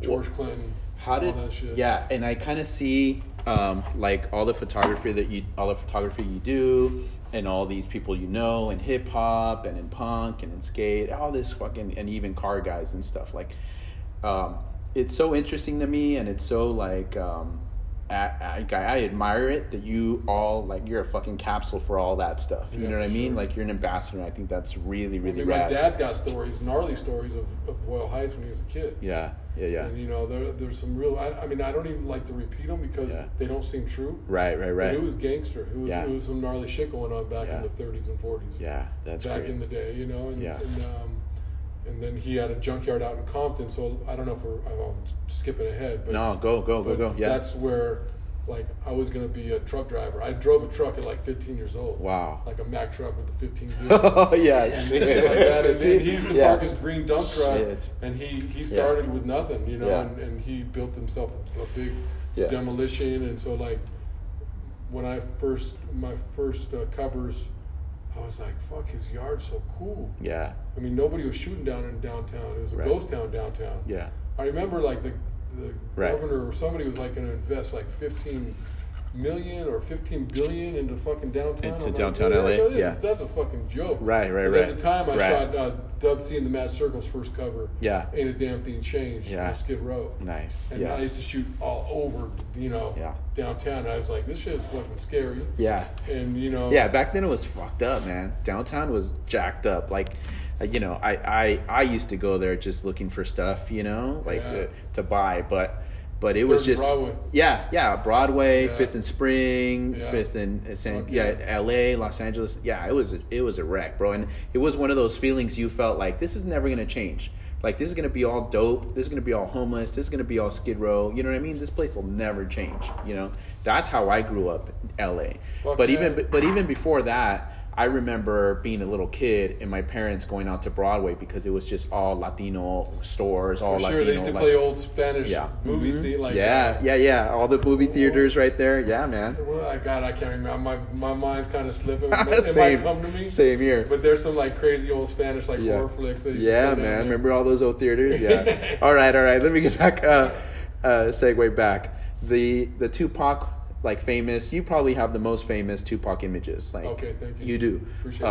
D: George Clinton.
A: How did
D: all that shit.
A: yeah? And I kind of see um, like all the photography that you all the photography you do, and all these people you know, and hip hop, and in punk, and in skate, all this fucking, and even car guys and stuff. Like, um, it's so interesting to me, and it's so like. Um, I, I, I admire it that you all like you're a fucking capsule for all that stuff. You
D: Yeah,
A: know what I
D: for
A: mean?
D: sure.
A: Like you're an ambassador. and I think that's really
D: I
A: really
D: mean,
A: rad.
D: my dad's got stories, gnarly stories of, of Boyle Heights when he was a kid.
A: yeah, yeah, yeah.
D: And you know, there, there's some real. I, I mean, I don't even like to repeat them because
A: Yeah.
D: they don't seem true.
A: Right, right,
D: But
A: right.
D: It was gangster. It was,
A: Yeah.
D: it was some gnarly shit going on back
A: Yeah.
D: in the 30s and 40s.
A: yeah, that's
D: back
A: great.
D: in the day, you know. And,
A: Yeah.
D: and, um, and then he had a junkyard out in Compton. So I don't know if we're I'm skipping ahead, but
A: no, go, go, go,
D: but
A: go. Yeah.
D: that's where like I was gonna be a truck driver. I drove a truck at like 15 years old.
A: Wow.
D: Like a Mack truck with the 15 gear.
A: oh yeah,
D: shit like that. And then he used to
A: yeah.
D: park his green dump truck,
A: Shit.
D: and he, he started with nothing, you know,
A: Yeah.
D: and, and he built himself a big
A: Yeah.
D: demolition. And so, like, when I first my first uh, covers, I was like, "Fuck, his yard's so cool."
A: yeah,
D: I mean, nobody was shooting down in downtown. It was a
A: Right.
D: ghost town downtown.
A: yeah,
D: I remember like the the
A: Right.
D: governor or somebody was like going to invest like fifteen million or fifteen billion into fucking downtown.
A: Into
D: I'm like,
A: downtown
D: "Dude,
A: LA?
D: that is-
A: Yeah.
D: that's a fucking joke.
A: Right, right,
D: 'Cause
A: right.
D: At the time, I
A: Right.
D: shot uh, Dub C and the Mad Circle's first cover.
A: Yeah.
D: ain't a damn thing changed.
A: Yeah.
D: on Skid Row.
A: nice.
D: And I
A: yeah,
D: used to shoot all over, you know,
A: Yeah.
D: downtown. I was like, this shit is fucking scary.
A: yeah,
D: And you know,
A: yeah. Back then it was fucked up, man. Downtown was jacked up. Like, uh, you know, I I I used to go there just looking for stuff, you know, like
D: Yeah.
A: to to buy, but. But it was
D: Third and
A: just
D: Broadway.
A: yeah, yeah, Broadway,
D: Yeah.
A: Fifth and Spring,
D: Yeah.
A: Fifth and uh, San,
D: Fuck
A: yeah,
D: yeah.
A: L.A., Los Angeles. Yeah, it was a, it was a wreck, bro. And it was one of those feelings you felt like this is never gonna change. Like this is gonna be all dope. This is gonna be all homeless. This is gonna be all Skid Row. You know what I mean? This place will never change. You know, that's how I grew up, in L.A.
D: Fuck
A: but
D: yeah.
A: even but even before that, I remember being a little kid and my parents going out to Broadway because it was just all Latino stores, all
D: For sure,
A: Latino.
D: they used to
A: like-
D: play old Spanish
A: Yeah. Mm-hmm.
D: movie thing like uh,
A: yeah,
D: that.
A: yeah, yeah. All the movie theaters right there. Yeah, man.
D: uh, Well, I God, I can't remember. My my mind's kind of slipping. It might, it might
A: same,
D: come to me.
A: same here.
D: But there's some like crazy old Spanish like
A: Yeah,
D: horror flicks. That used to
A: yeah
D: go down
A: man.
D: there.
A: Remember all those old theaters? Yeah. all right, all right. Let me get back. Uh, uh, segue back. The the Tupac like famous. You probably have the most famous Tupac images. Like
D: Okay, thank you.
A: You do. Um,
D: Appreciate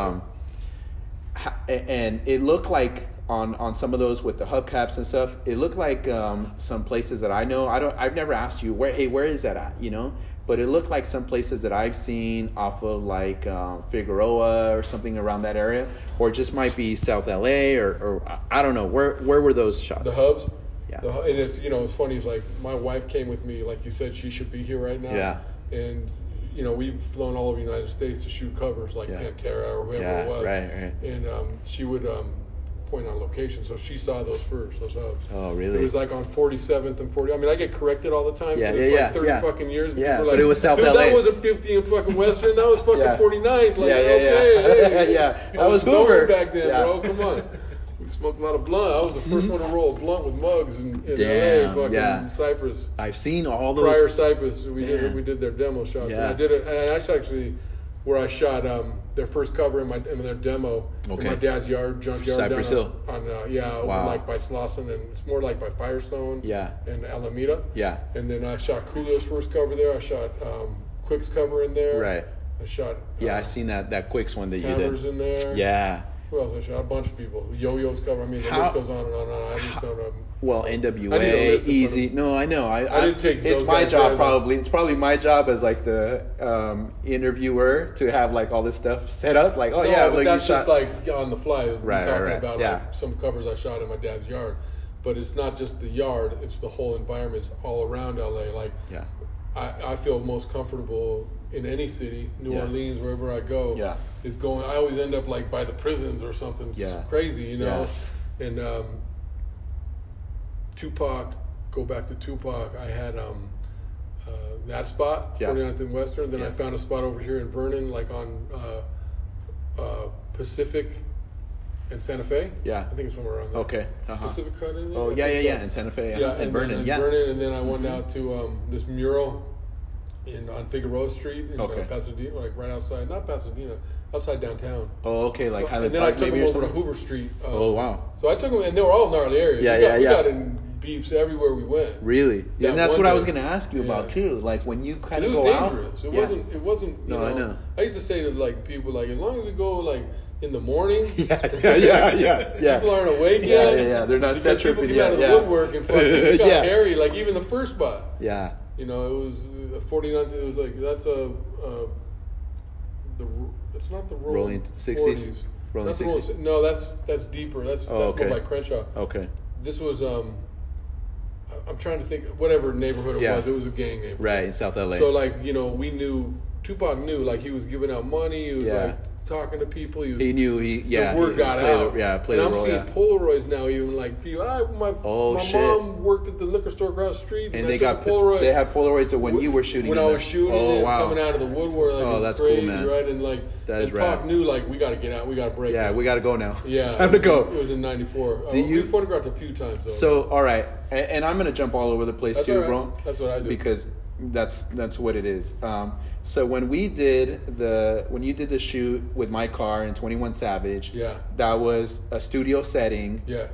A: ha- a- and it looked like on on some of those with the hubcaps and stuff it looked like um some places that i know i don't i've never asked you where hey where is that at you know but it looked like some places that i've seen off of like um, figueroa or something around that area or it just might be south la or, or I- i don't know where where were those shots
D: The hubs.
A: Yeah.
D: The, hu- and it's you know it's funny. It's like my wife came with me. Like you said, she should be here right now.
A: Yeah.
D: And you know we've flown all over the United States to shoot covers like
A: Yeah.
D: Pantera or whoever
A: Yeah,
D: it was.
A: right, right.
D: And um, she would um, point out locations. So she saw those first. Those hubs.
A: Oh, really?
D: It was like on 47th and 40. I mean, I get corrected all the time.
A: Yeah,
D: 'cause
A: yeah,
D: it's
A: yeah,
D: like 30
A: yeah.
D: fucking years. and
A: Yeah,
D: people are
A: but
D: like,
A: it was South
D: Dude,
A: LA.
D: That wasn't 50 and fucking Western. That was fucking
A: Yeah.
D: 49. Like,
A: Yeah, yeah,
D: okay,
A: yeah.
D: hey,
A: Yeah,
D: I
A: that was
D: stoned
A: Hoover.
D: back then,
A: Yeah.
D: bro. Come on. We smoked a lot of blunt. I was the first one to roll a blunt with mugs in, in
A: Damn,
D: LA, fucking
A: yeah.
D: Cypress.
A: i've seen all those
D: Prior Cypress, we did
A: Damn.
D: we did their demo shots.
A: Yeah.
D: And I did it, and that's actually where I shot um, their first cover in my in their demo
A: Okay.
D: in my dad's yard, junkyard.
A: Cypress
D: down
A: Hill.
D: On, on uh, yeah, over
A: Wow.
D: like by Slauson, and it's more like by Firestone.
A: Yeah.
D: And Alameda.
A: yeah
D: And then I shot Coolio's first cover there. I shot um, Quick's cover in there.
A: right
D: I shot.
A: yeah
D: uh,
A: i seen that that quicks one that you
D: Hammers
A: did
D: in there.
A: yeah
D: Who else? I shot a bunch of people. Yo-Yo's cover. I mean, the
A: How-
D: list goes on and on and on. I just don't know.
A: Well,
D: I need a list
A: NWA,
D: in
A: easy.
D: front of-
A: No, I know. I,
D: I didn't take
A: It's
D: those
A: my
D: guys
A: job,
D: very well.
A: probably. It's probably my job as like the um, interviewer to have like all this stuff set up. Like, oh
D: No,
A: yeah,
D: but
A: look, you
D: that's
A: shot.
D: just like on the fly. We're
A: Right,
D: talking
A: right, right.
D: about
A: Yeah.
D: like some covers I shot in my dad's yard, but it's not just the yard. It's the whole environment. It's all around LA. Like
A: yeah,
D: I, I feel most comfortable in any city, New
A: Yeah.
D: Orleans, wherever I go.
A: Yeah.
D: is going. I always end up like by the prisons or something s-
A: Yeah.
D: crazy, you know. And um, Tupac, go back to Tupac. I had um, uh, that spot,
A: Yeah.
D: 49th and Western. Then I
A: Yeah.
D: found a spot over here in Vernon, like on uh, uh, Pacific and Santa Fe.
A: Yeah.
D: I think it's somewhere around there.
A: okay. Uh-huh.
D: Pacific Cut. is it?
A: Oh
D: I
A: yeah, yeah,
D: think
A: yeah.
D: so
A: In Santa Fe,
D: yeah,
A: yeah, and Vernon,
D: then,
A: yeah, Mm-hmm.
D: Vernon, and then I went out to um, this mural in on Figueroa Street in uh,
A: Okay.
D: Pasadena, like right outside, not Pasadena, outside downtown.
A: Oh okay, like
D: and
A: Highland
D: then I
A: Park
D: took
A: maybe or
D: them over to
A: something.
D: Hoover Street. uh,
A: Oh wow,
D: So I took them, and they were all gnarly areas.
A: Yeah,
D: we
A: yeah,
D: got,
A: yeah.
D: We got in beefs everywhere we went.
A: really?
D: Yeah,
A: and that's
D: one
A: what I
D: day.
A: was gonna ask you about
D: Yeah.
A: too. Like when you kind
D: It
A: of
D: was
A: go
D: dangerous.
A: out.
D: It
A: yeah.
D: wasn't. It wasn't. You
A: No,
D: know,
A: I know.
D: I used to say to like people, like as long as we go like in the morning,
A: Yeah, yeah, yeah, yeah, yeah.
D: People aren't awake
A: Yeah,
D: yet.
A: yeah, yeah. They're not
D: because
A: set
D: People
A: tripping
D: came
A: yet,
D: out of
A: yeah.
D: the woodwork and fucking it got
A: Yeah.
D: hairy. Like even the first spot.
A: Yeah.
D: You know, it was uh, 49. It was like that's a, uh the ro- it's not the rolling,
A: Rolling 60s?
D: 40s.
A: Rolling
D: That's the rolling
A: 60s.
D: si- No, that's that's deeper. That's
A: Oh,
D: that's
A: okay.
D: more like Crenshaw.
A: Okay.
D: This was um, I- I'm trying to think whatever neighborhood it
A: Yeah.
D: was. It was a gang neighborhood.
A: Right in South LA.
D: So like you know, we knew Tupac knew like he was giving out money. He was
A: Yeah.
D: like talking to people. He was
A: he knew he yeah.
D: the word
A: he
D: got
A: played
D: out.
A: The, yeah, played
D: and
A: the role.
D: I'm seeing
A: yeah.
D: Polaroids now, even like people. I, my
A: Oh,
D: my
A: shit.
D: mom worked at the liquor store across the street, and,
A: and
D: I
A: they
D: took
A: got
D: a Polaroid.
A: they had Polaroids of when
D: w-
A: you were shooting.
D: When
A: in
D: I
A: there.
D: was shooting,
A: oh
D: it,
A: wow,
D: coming out of the woodwork, like
A: Oh,
D: it was
A: that's cool,
D: crazy,
A: man.
D: right? And like,
A: That is
D: and Pac
A: rad.
D: knew like we got to get out, we got to break.
A: yeah,
D: now.
A: we got to go now.
D: yeah,
A: it's time to
D: it was-
A: go.
D: It was in '94.
A: Do you-
D: we photographed a few times though.
A: so all right, and, and I'm gonna jump all over the place
D: That's
A: too,
D: all right.
A: bro.
D: That's what I do.
A: because that's that's what it is. Um, so when we did the when you did the shoot with my car and 21 Savage,
D: Yeah.
A: that was a studio setting.
D: yeah,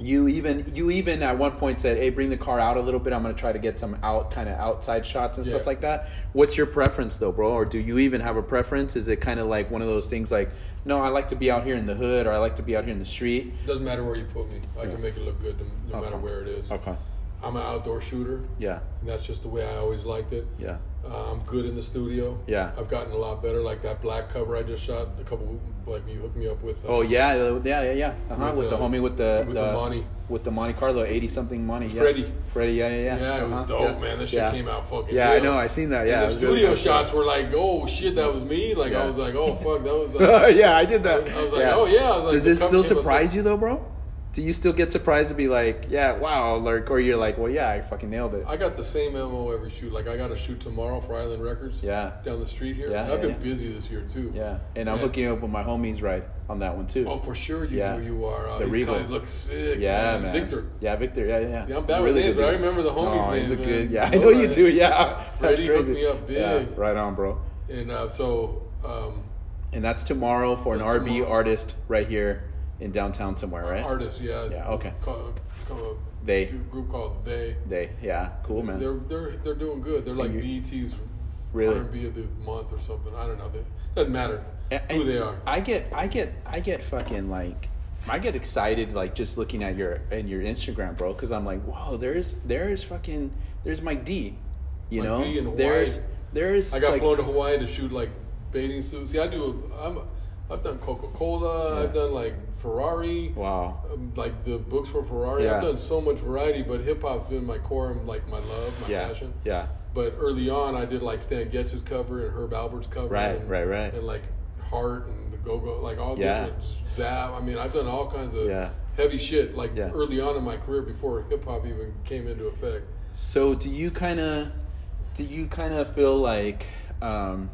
A: You even you even at one point said, "Hey, bring the car out a little bit. I'm gonna try to get some out kind of outside shots and stuff
D: Yeah.
A: like that." What's your preference though, bro? Or do you even have a preference? Is it kind of like one of those things like, "No, I like to be out here in the hood," or "I like to be out here in the street"?
D: doesn't matter where you put me, I can make it look good no, no
A: Okay.
D: matter where it is.
A: Okay.
D: I'm an outdoor shooter,
A: Yeah.
D: and that's just the way I always liked it.
A: Yeah.
D: Uh, I'm good in the studio.
A: Yeah.
D: I've gotten a lot better. Like that black cover I just shot a couple, like you hooked me up with. uh,
A: Oh yeah, yeah, yeah, yeah. Uh-huh. With,
D: With
A: the,
D: the-
A: homie with the
D: with the Monte.
A: with the Monte Carlo eighty something Monte. Yeah.
D: Freddie.
A: Freddie. Yeah, yeah, yeah.
D: Yeah, it
A: Uh-huh.
D: was dope, man. That shit
A: Yeah.
D: came out fucking.
A: Yeah, I
D: real.
A: know. I seen that. Yeah.
D: and
A: it was
D: the
A: really
D: studio
A: cool.
D: shots were like, oh shit, that was me. Like
A: Yeah.
D: I was like, oh fuck, that was. Like,
A: yeah, I did that.
D: I was like, oh, yeah, I was like,
A: Does
D: the
A: it still
D: company was
A: surprise
D: like-
A: you though, bro? do you still get surprised to be like, yeah, wow, like, or you're like, well, yeah, I fucking nailed it.
D: I got the same mo every shoot. Like I got a shoot tomorrow for Island Records.
A: Yeah.
D: Down the street here.
A: Yeah,
D: I've
A: yeah,
D: been
A: yeah.
D: busy this year too.
A: Yeah, and I'm
D: Yeah.
A: hooking up with my homies right on that one too.
D: Oh, for sure you
A: Yeah.
D: do. You are. Uh,
A: The
D: the
A: Regal.
D: Regal. looks sick.
A: yeah, man.
D: Victor.
A: Yeah, Victor. Yeah, yeah.
D: See, I'm bad with names,
A: good
D: but I
A: dude.
D: remember the homie's
A: Oh, he's a
D: name,
A: good.
D: man.
A: Yeah, I
D: You
A: know
D: know
A: you
D: that.
A: do. Yeah, that's
D: Freddie hooked
A: crazy.
D: me up
A: Yeah,
D: big.
A: right on, bro.
D: And uh, so, um,
A: And that's tomorrow for an
D: That's
A: RB
D: tomorrow.
A: artist right here in downtown somewhere, right?
D: artists. Yeah.
A: Yeah, okay.
D: Call, call a
A: They.
D: group called they.
A: They. Yeah. Cool, man.
D: They're they're they're doing good. They're like
A: you-
D: BET's
A: Really?
D: R&B of the month or something. I don't know. They, doesn't matter
A: A-
D: who
A: and
D: they are.
A: I get, I get, I get fucking like, I get excited like just looking at your and your Instagram, bro, because I'm like, whoa, there's there's fucking there's Mike D, you
D: Mike
A: know,
D: D in Hawaii.
A: there's there's
D: I
A: it's
D: got
A: like-
D: flown to Hawaii to shoot like bathing suits. See, I do. I'm. I've done Coca Cola.
A: Yeah.
D: I've done like Ferrari.
A: Wow,
D: Um, like the books for Ferrari.
A: Yeah.
D: I've done so much variety, but hip hop's been my core and like my love, my
A: yeah,
D: passion.
A: yeah,
D: But early on, I did like Stan Getz's cover and Herb Alpert's cover.
A: Right,
D: and,
A: right, right.
D: And like Heart and the Go Go, like all
A: Yeah.
D: different Zap. I mean, I've done all kinds of
A: Yeah.
D: heavy shit like
A: Yeah.
D: early on in my career before hip hop even came into effect.
A: So do you kind of, do you kind of feel like, um,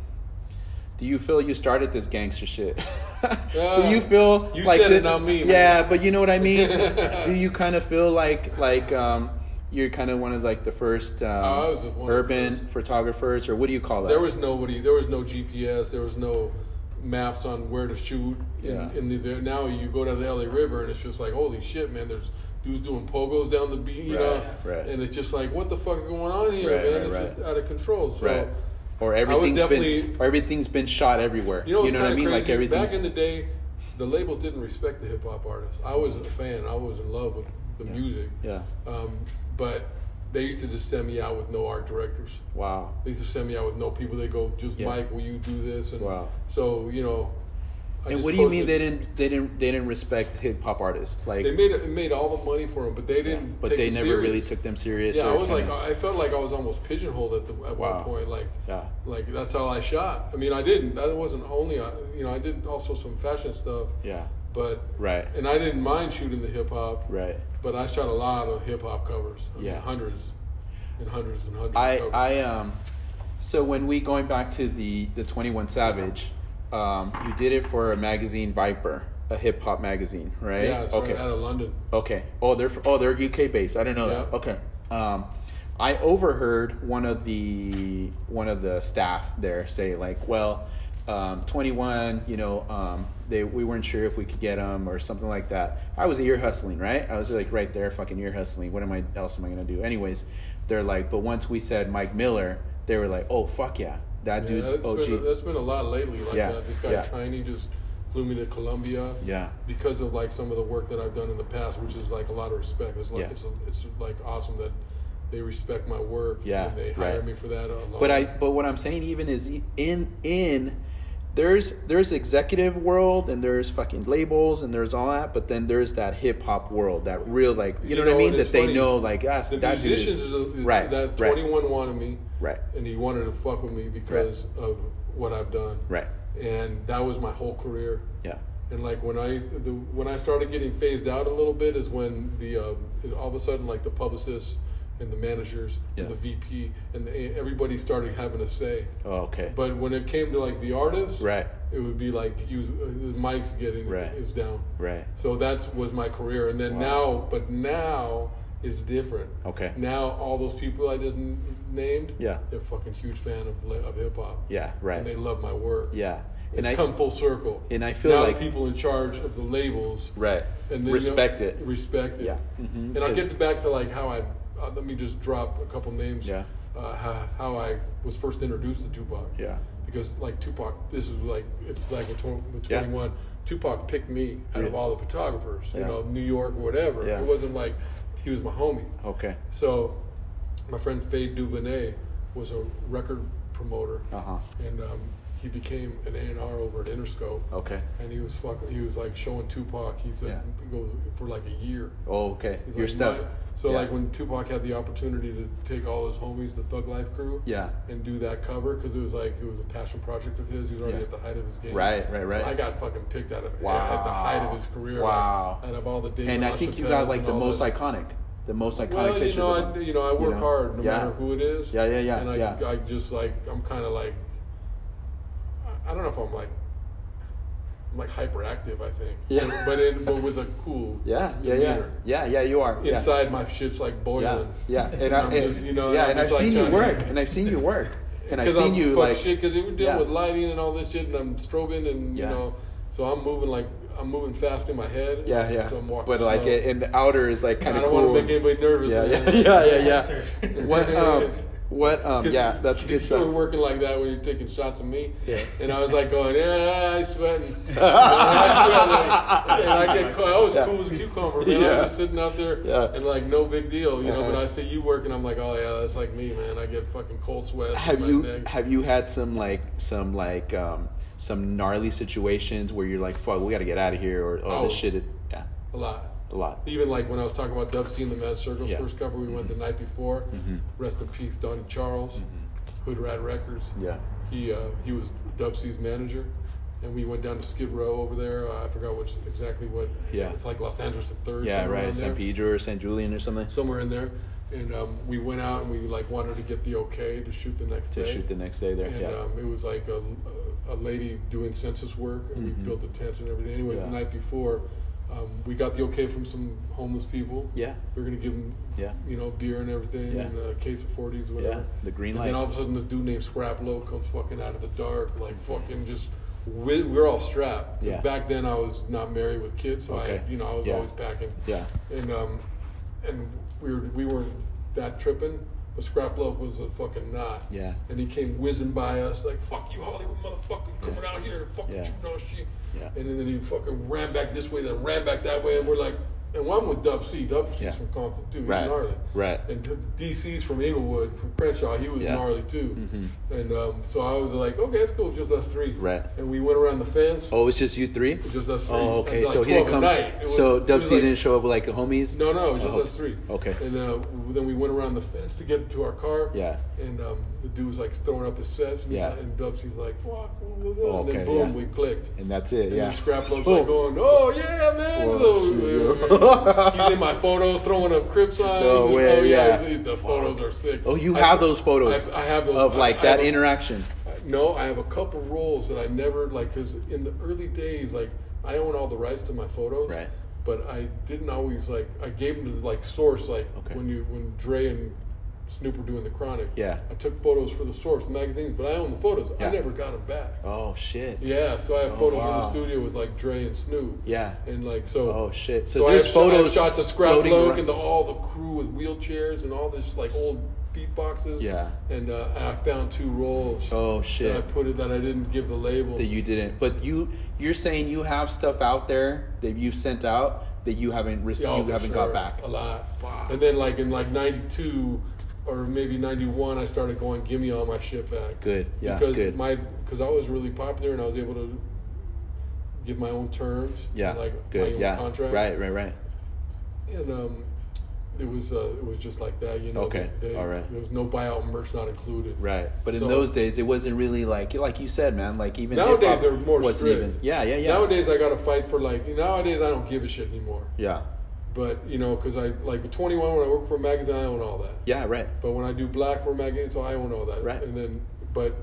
A: do you feel you started this gangster shit? do
D: Yeah.
A: you feel
D: You
A: like
D: said
A: the-
D: it, not me, man.
A: Yeah, but you know what I mean. do, do you kind of feel like like um, you're kind of one of like the first um,
D: Oh, I was one of the
A: urban
D: first.
A: photographers, or what do you call that?
D: There was nobody. There was no GPS. There was no maps on where to shoot in,
A: Yeah.
D: in these. areas. Now you go down the LA River and it's just like, holy shit, man! There's dudes doing pogos down the beach, you know,
A: Right, right.
D: and it's just like, what the fuck's going on here,
A: Right,
D: man?
A: right,
D: it's
A: right.
D: just out of control. So.
A: right. Or everything's been
D: definitely-
A: or everything's been shot everywhere.
D: You know, what's
A: what I
D: kinda
A: mean? Like
D: crazy?
A: everything's
D: Back in the day, the labels didn't respect the hip hop artists. I was a fan. I was in love with the music.
A: yeah.
D: Um, but they used to just send me out with no art directors.
A: Wow.
D: They used to send me out with no people. They go, just
A: Yeah.
D: Mike, will you do this? And
A: Wow.
D: so you know. I
A: and
D: just
A: what do you mean
D: posted-
A: they didn't they didn't they didn't respect hip hop artists? Like
D: They made it made all the money for them, but they
A: Yeah,
D: didn't.
A: but
D: take
A: they
D: it
A: never
D: serious.
A: really took them serious.
D: Yeah,
A: or
D: I was like,
A: kinda-
D: I felt like I was almost pigeonholed at the at
A: Wow.
D: one point. Like,
A: yeah,
D: like that's all I shot. I mean, I didn't. That wasn't only. uh, You know, I did also some fashion stuff,
A: yeah,
D: but
A: right,
D: And I didn't mind shooting the hip hop,
A: right.
D: but I shot a lot of hip hop covers. I mean,
A: Yeah.
D: hundreds and hundreds and hundreds.
A: I
D: of covers.
A: I um, so when we going back to the the Twenty One Savage, um, you did it for a magazine Viper, a hip hop magazine, right?
D: yeah, it's
A: okay,
D: right out of London.
A: okay. Oh, they're fr- oh they're UK based. I didn't know that.
D: Yeah.
A: Okay. Um, I overheard one of the one of the staff there say like, well. Um, 21, you know, um, they we weren't sure if we could get them or something like that. I was ear hustling, right? I was like right there, fucking ear hustling. What am I else am I gonna do? Anyways, they're like, but once we said Mike Miller, they were like, oh fuck yeah, that
D: Yeah,
A: dude's
D: that's
A: OG.
D: been, that's been a lot lately. Like
A: Yeah,
D: uh, this guy
A: yeah.
D: Tiny just flew me to Colombia
A: yeah,
D: because of like some of the work that I've done in the past, which is like a lot of respect. It's like
A: Yeah.
D: it's, it's like awesome that they respect my work.
A: Yeah,
D: and they
A: right.
D: hire me for that. Alone.
A: But I but what I'm saying even is e, in in there's there's executive world and there's fucking labels and there's all that, but then there's that hip hop world that real like you,
D: You
A: know, what I
D: know,
A: mean
D: and
A: that
D: it's
A: they
D: funny,
A: know like ah,
D: the
A: that dude is,
D: musicians is, a, is
A: right
D: that
A: right
D: 21 wanted me,
A: right
D: and he wanted to fuck with me because of what I've done.
A: right
D: and that was my whole career.
A: yeah
D: And like when I the, when I started getting phased out a little bit is when the uh, all of a sudden like the publicists and the managers
A: Yeah.
D: and the VP and the, everybody started having a say.
A: oh, okay
D: But when it came to like the artists,
A: right
D: it would be like you, uh, Mike's getting
A: Right.
D: is down.
A: right
D: So that's was my career, and then
A: Wow.
D: now, but now is different.
A: okay
D: Now all those people I just n- named,
A: yeah
D: they're fucking huge fan of li- of hip hop,
A: yeah
D: and they
A: right
D: love my work
A: yeah
D: it's
A: and I
D: come full circle.
A: and I feel
D: now
A: like
D: the people in charge of the labels
A: right
D: and they
A: respect
D: know-
A: it
D: Respect it.
A: yeah Mhm.
D: And I'll
A: 'Cause-
D: get back to like how I. Uh, let me just drop a couple names.
A: yeah
D: Uh, how, how I was first introduced to Tupac
A: yeah
D: because like Tupac, this is like it's like with, tw- with
A: Yeah.
D: 21. Tupac picked me out of
A: Yeah.
D: all the photographers,
A: Yeah.
D: you know, New York, whatever.
A: Yeah.
D: It wasn't like he was my homie.
A: okay
D: So my friend Faye DuVernay was a record promoter
A: uh huh
D: and um, he became an A and R over at Interscope,
A: Okay.
D: and he was fucking. He was like showing Tupac. He said
A: Yeah.
D: he goes for like a year.
A: Oh, okay.
D: He's
A: Your
D: like,
A: stuff.
D: "My-" So
A: Yeah.
D: like when Tupac had the opportunity to take all his homies, the Thug Life crew,
A: Yeah.
D: and do that cover because it was like it was a passion project of his. He was already
A: Yeah.
D: at the height of his game.
A: Right, right, right.
D: So I got fucking picked out of at the height of his career. like,
A: Wow.
D: out of all the days.
A: and I think you got like the most iconic, the most iconic
D: Well, you
A: pictures.
D: know,
A: of
D: I,
A: him,
D: you know, I work
A: know?
D: hard no
A: yeah.
D: matter who it is.
A: Yeah, yeah, yeah,
D: And I,
A: yeah.
D: I just like I'm kind of like I- I don't know if I'm like I'm like hyperactive. I think.
A: Yeah.
D: But in but with a cool.
A: Yeah, yeah, yeah,
D: demeanor.
A: yeah, yeah. You are. Yeah.
D: Inside my shit's like
A: Yeah,
D: boiling.
A: yeah, and, I,
D: I'm
A: and
D: just, you know,
A: yeah,
D: I'm
A: and
D: just
A: I've
D: like
A: seen you
D: trying to-
A: work, and I've seen you work, and I've
D: 'Cause
A: seen
D: I'm
A: you
D: fuck
A: like
D: shit because we're dealing
A: yeah.
D: with lighting and all this shit, and I'm strobing and
A: Yeah.
D: you know, so I'm moving like I'm moving fast in my head.
A: yeah, yeah,
D: So I'm walking
A: but like
D: slow.
A: it, and the outer is like kind
D: I
A: of
D: don't
A: cool.
D: want to make anybody nervous.
A: yeah,
D: man.
A: yeah, yeah, yeah,
B: Yes,
A: yeah.
B: sir.
A: What um, what um,
D: 'Cause
A: yeah, that's
D: you-
A: good
D: You were
A: stuff.
D: working like that when you're taking shots of me.
A: Yeah.
D: And I was like going, yeah, I sweating. and I sweat like, and I get, I was
A: Yeah.
D: cool as a cucumber, man. I
A: Yeah.
D: was just sitting out there
A: Yeah.
D: and like no big deal, you know. But
A: Uh-huh.
D: I see you working, I'm like, oh yeah, that's like me, man. I get fucking cold sweats.
A: Have
D: in
A: you
D: my neck.
A: have you had some like some like um some gnarly situations where you're like fuck we got to get out of here or oh this
D: Always.
A: shit is, yeah
D: a lot?
A: a lot
D: Even like when I was talking about Dove seeing the Mad Circles
A: Yeah. Mm-hmm.
D: first cover we went the night before. Rest in peace, Donnie Charles, Hood Rat Records.
A: Mm-hmm. yeah
D: He uh, he was Dubsey's manager, and we went down to Skid Row over there. Uh, I forgot which exactly what.
A: Yeah.
D: It's like Los Angeles at third.
A: yeah
D: somewhere around
A: right San
D: there.
A: Pedro or San Julian or something
D: Somewhere in there, and um, we went out and we like wanted to get the okay to shoot the next
A: to
D: day.
A: shoot the next day there
D: and
A: yeah
D: um, it was like a, a lady doing census work, and we built a tent and everything. Anyways,
A: Mm-hmm. Yeah.
D: the night before, um, we got the okay from some homeless people.
A: yeah
D: We were gonna give them,
A: yeah
D: you know, beer and everything,
A: Yeah.
D: and a case of forties, whatever.
A: yeah the green
D: And
A: light
D: then all of a sudden, this dude named Scrap Low comes fucking out of the dark, like fucking just. We, we're all strapped. 'Cause
A: Yeah.
D: Back then, I was not married with kids, so
A: Okay.
D: I, you know, I was
A: Yeah.
D: always packing.
A: yeah
D: And um, and we were we weren't that tripping, but Scrap Low was a fucking knot.
A: yeah
D: And he came whizzing by us like, "Fuck you, Hollywood motherfucker! You coming out here, to fucking
A: Yeah.
D: shooting all shit."
A: yeah
D: And then he fucking ran back this way, then ran back that way, and we're like, and one with Dub C. Dub C's
A: Yeah.
D: from Compton too, he's
A: Right.
D: gnarly.
A: Right.
D: And DC's from Inglewood, from Crenshaw, he was
A: Yeah. Mm-hmm.
D: gnarly too. And um, so I was like, okay, let's go, just us three.
A: Right.
D: And we went around the fence,
A: oh it's just you three
D: just us three.
A: oh
D: It
A: okay
D: was
A: so
D: like
A: he didn't
D: 12
A: come
D: at night. It was-
A: so
D: it
A: Dub
D: was
A: C
D: like-
A: didn't show up with like homies
D: No, no, it was just
A: Oh,
D: us three.
A: okay.
D: And uh, then we went around the fence to get to our car.
A: yeah
D: And um, the dude was like throwing up his sets, and, he's
A: Yeah.
D: like, and Dubsy's like, "Fuck," blah, blah, blah,"
A: Oh,
D: and
A: okay,
D: then boom,
A: yeah.
D: we clicked.
A: and that's it
D: And
A: yeah
D: then Scrap Love's
A: Oh.
D: like going, "Oh yeah, man!"
A: Oh,
D: So- he's in my photos, throwing up crip signs.
A: No
D: and-
A: way,
D: oh yeah,
A: yeah.
D: he's- the photos are sick.
A: oh you
D: I-
A: have those photos
D: I, I have those
A: of
D: I-
A: like
D: I
A: that
D: have a-
A: interaction
D: No, I have a couple roles that I never like because in the early days, like I own all the rights to my photos,
A: right
D: but I didn't always like I gave them to like source like
A: Okay.
D: when you when Dre and Snoop were doing the Chronic.
A: Yeah.
D: I took photos for the source magazines, but I own the photos.
A: Yeah.
D: I never got them back.
A: oh shit
D: Yeah, so I have
A: Oh,
D: photos in
A: wow.
D: the studio with like Dre and Snoop.
A: yeah
D: And like so,
A: Oh shit! So,
D: so, I have,
A: there's
D: sh- I have
A: photos
D: shots of Scrap
A: floating
D: Loke
A: around-
D: and the, all the crew with wheelchairs and all this like old beatboxes.
A: yeah.
D: And, uh, and I found two rolls
A: Oh
D: that I
A: shit!
D: put it that I didn't give the label.
A: That you didn't, but you you're saying you have stuff out there that you've sent out that you haven't received,
D: Yeah, oh,
A: you
D: for
A: haven't
D: sure.
A: got back.
D: a lot. And then like in like '92 or maybe '91, I started going, "Give me all my shit back."
A: Good, yeah,
D: because
A: good.
D: my because I was really popular and I was able to give my own terms.
A: yeah,
D: and, like my
A: good,
D: own
A: yeah,
D: contracts.
A: right, right, right.
D: and um, it was uh, it was just like that, you know.
A: Okay,
D: they- they-
A: all right.
D: There was no buyout merch not included.
A: Right, but in
D: So-
A: those days, it wasn't really like like you said, man. Like even
D: Nowadays,
A: hip-hop
D: they're more
A: wasn't
D: strict.
A: even. Yeah, yeah, yeah,
D: Nowadays, I got to fight for like nowadays I don't give a shit anymore.
A: yeah,
D: But you know, because I like with 21 when I work for a magazine, I own all that.
A: yeah, right,
D: But when I do black for magazine, so I own all that.
A: Right.
D: And then, but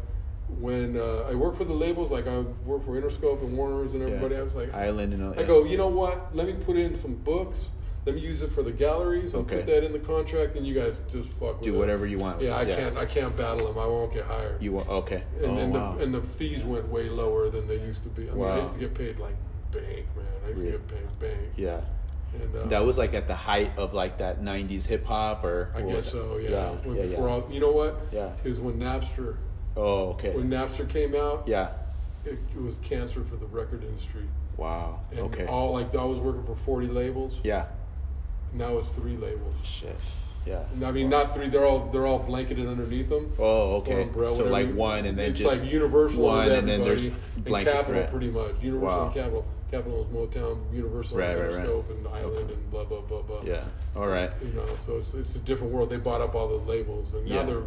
D: when uh, I work for the labels, like I work for Interscope and Warner's and
A: Yeah.
D: everybody, I was like, I,
A: Ireland and all. yeah.
D: go, you know what? Let me put in some books. Let me use it for the galleries and
A: Okay.
D: put that in the contract, and you guys just fuck with
A: do
D: it."
A: whatever you want.
D: Yeah, I can't. I can't battle them. I won't get hired.
A: You want okay?
D: and,
A: oh
D: and,
A: wow!
D: the, and the fees went way lower than they used to be. I mean,
A: Wow.
D: I used to get paid like bank, man. I used
A: Really?
D: to get paid bank.
A: yeah,
D: And, uh,
A: that was like at the height of like that '90s hip hop, or
D: I
A: what was
D: guess
A: it?
D: so. Yeah.
A: yeah,
D: When-
A: yeah,
D: before
A: yeah.
D: all- you know what?
A: Yeah.
D: It was when Napster.
A: Oh, okay.
D: When Napster came out,
A: Yeah.
D: it, it was cancer for the record industry.
A: Wow.
D: And
A: okay.
D: all like I was working for forty labels.
A: yeah.
D: Now it's three labels.
A: Shit. Yeah.
D: I mean, not three. They're all they're all blanketed underneath them.
A: Oh,
D: or
A: okay.
D: umbrella,
A: so like
D: whatever.
A: one, and then
D: it's
A: just
D: like universal
A: one,
D: with
A: and then
D: everybody,
A: there's
D: and
A: blanket
D: capital
A: grant.
D: pretty much universal
A: Wow.
D: and capital. Capital is Motown, Universal
A: Right, right,
D: and
A: right.
D: Interscope and Island and blah blah blah blah.
A: Yeah. All right.
D: You know, so it's it's a different world. They bought up all the labels and
A: Yeah.
D: now they're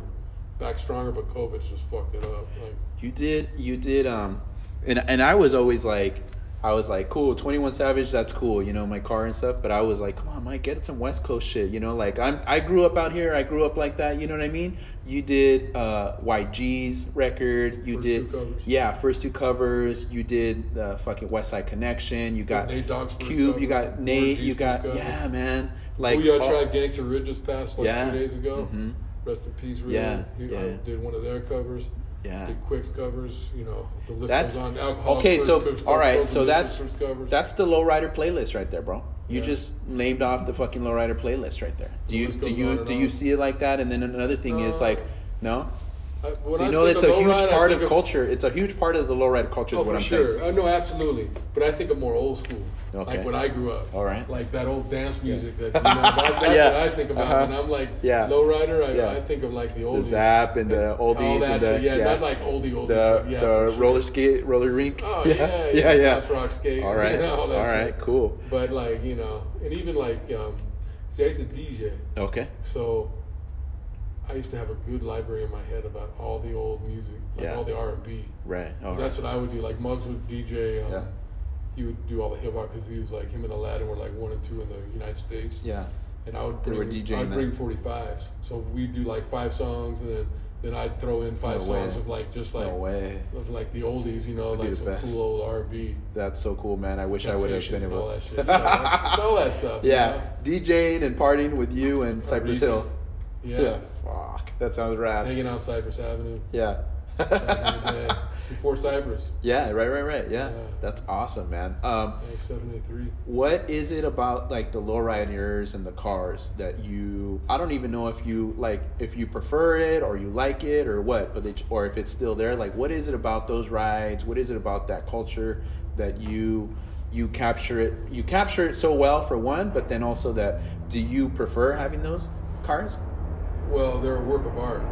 D: back stronger, but COVID's just fucked it up. Like
A: You did. You did. Um, and and I was always like, I was like, cool, Twenty One Savage, that's cool, you know, my car and stuff. But I was like, come on, Mike, get some West Coast shit, you know. Like I'm, I grew up out here. I grew up like that. You know what I mean? You did uh, YG's record. You
D: First
A: did,
D: two covers.
A: yeah, first two covers. You did uh, fucking West Side Connection. You got
D: Nate Dogg's first
A: Cube. You
D: cover.
A: got Nate.
D: Orgy's
A: You
D: first
A: got
D: cover.
A: yeah, man. Like
D: Booyah
A: all-
D: Tribe Gangster Rid just passed like
A: Yeah.
D: two days ago.
A: Mhm.
D: Rest in peace, Rid.
A: Yeah,
D: He-
A: yeah.
D: I did one of their covers.
A: Yeah.
D: Did Quick's covers. You know, the list
A: That's
D: goes on. Alcohol
A: okay.
D: first,
A: So
D: Cook's
A: all right.
D: first,
A: So
D: Lister's
A: that's
D: first covers.
A: that's the lowrider playlist right there, bro. You
D: Yeah.
A: just named off the fucking lowrider playlist right there. Do you
D: List
A: do
D: goes on
A: you
D: and
A: do
D: on.
A: you see it like that? And then another thing is
D: Uh,
A: like, no.
D: I, when
A: Do you
D: I
A: know
D: think
A: that's
D: of
A: a
D: low
A: huge
D: ride, I
A: part
D: think
A: of
D: of-
A: culture? It's a huge part of the lowrider culture.
D: Oh,
A: is what
D: for
A: I'm
D: sure.
A: saying.
D: Uh, no, absolutely. But I think of more old school,
A: Okay.
D: like when I grew up.
A: All right.
D: Like that old dance music. That, you know, that- that's
A: Yeah.
D: what I think about.
A: Uh-huh.
D: And I'm like,
A: Yeah.
D: lowrider. I,
A: Yeah.
D: I think of like the
A: The
D: oldies.
A: zap and the
D: All
A: oldies
D: that
A: and the
D: shit. yeah,
A: yeah,
D: not like oldie oldies.
A: the
D: but yeah,
A: the
D: Oh, for sure.
A: roller skate roller rink.
D: Oh yeah,
A: yeah, yeah.
D: House rock skate.
A: All right,
D: you know, all, that
A: all right,
D: shit.
A: cool.
D: But like you know, and even like, um, see, I used to DJ,
A: Okay,
D: so I used to have a good library in my head about all the old music, like
A: Yeah.
D: all the R and B.
A: right. All right.
D: That's what I would do. Like Muggs would DJ. Um,
A: Yeah.
D: He would do all the hip hop because he was like him and Aladdin were like one and two in the United States.
A: Yeah.
D: And I would
A: They
D: bring
A: were DJing
D: I'd
A: that.
D: bring forty fives. So we'd do like five songs and then then I'd throw in five
A: No way.
D: songs of like just like
A: No way.
D: of like the oldies, you know,
A: That'd be
D: like
A: the
D: some
A: best.
D: cool old R and B.
A: That's so cool, man. I wish I would have been
D: Temptations and all
A: able.
D: that shit, you know, that's- it's all that stuff, you
A: Yeah, DJing and partying with you and Cypress Hill.
D: Yeah.
A: Fuck, that sounds rad.
D: Hanging out Cypress Avenue.
A: Yeah.
D: back in the day, Before Cypress.
A: yeah. Right. Right. Right. Yeah.
D: Yeah.
A: That's awesome, man. Um,
D: Like seven eight three.
A: what is it about like the lowriders and the cars that you? I don't even know if you like if you prefer it or you like it or what, but they, or if it's still there. Like, what is it about those rides? What is it about that culture that you? You capture it. You capture it so well for one, but then also that. Do you prefer having those cars?
D: Well, they're a work of art.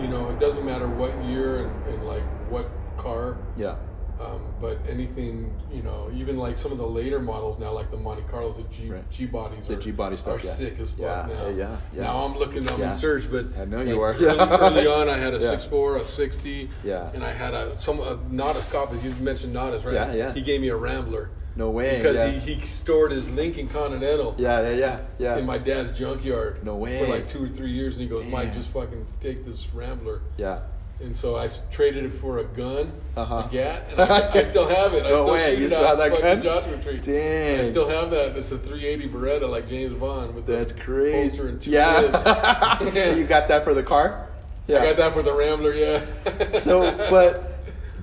D: You know, it doesn't matter what year and, and like what car,
A: Yeah.
D: um, but anything, you know, even like some of the later models now, like the Monte Carlos, the G,
A: Right.
D: G bodies,
A: The
D: are,
A: G-body stuff,
D: are
A: yeah.
D: sick as fuck
A: Yeah,
D: now.
A: yeah, yeah, yeah.
D: Now I'm looking up
A: Yeah.
D: in search, but
A: I know you
D: like,
A: are.
D: Early, early on, I had a
A: Yeah.
D: six four, a sixty,
A: Yeah.
D: and I had a some a Nautis cop. As you mentioned Nautis, right?
A: Yeah, yeah.
D: He gave me a Rambler
A: No way.
D: because
A: yeah.
D: he, he stored his Lincoln Continental
A: Yeah, yeah, yeah, yeah.
D: in my dad's junkyard.
A: No way.
D: For like two or three years, and he goes, "Mike,
A: Damn.
D: just fucking take this Rambler."
A: yeah.
D: And so I s- traded it for a gun,
A: Uh-huh.
D: a Gat, and I, I still have it. I
A: No
D: still
A: way.
D: shoot
A: You
D: it
A: still
D: out
A: have that
D: the fucking
A: gun?
D: Joshua Tree.
A: Dang.
D: I still have that. It's a 380 Beretta, like James Bond, with
A: That's
D: the
A: crazy.
D: holster and two
A: yeah.
D: clips.
A: you got that for the car? Yeah.
D: I got that for the Rambler, yeah.
A: So, but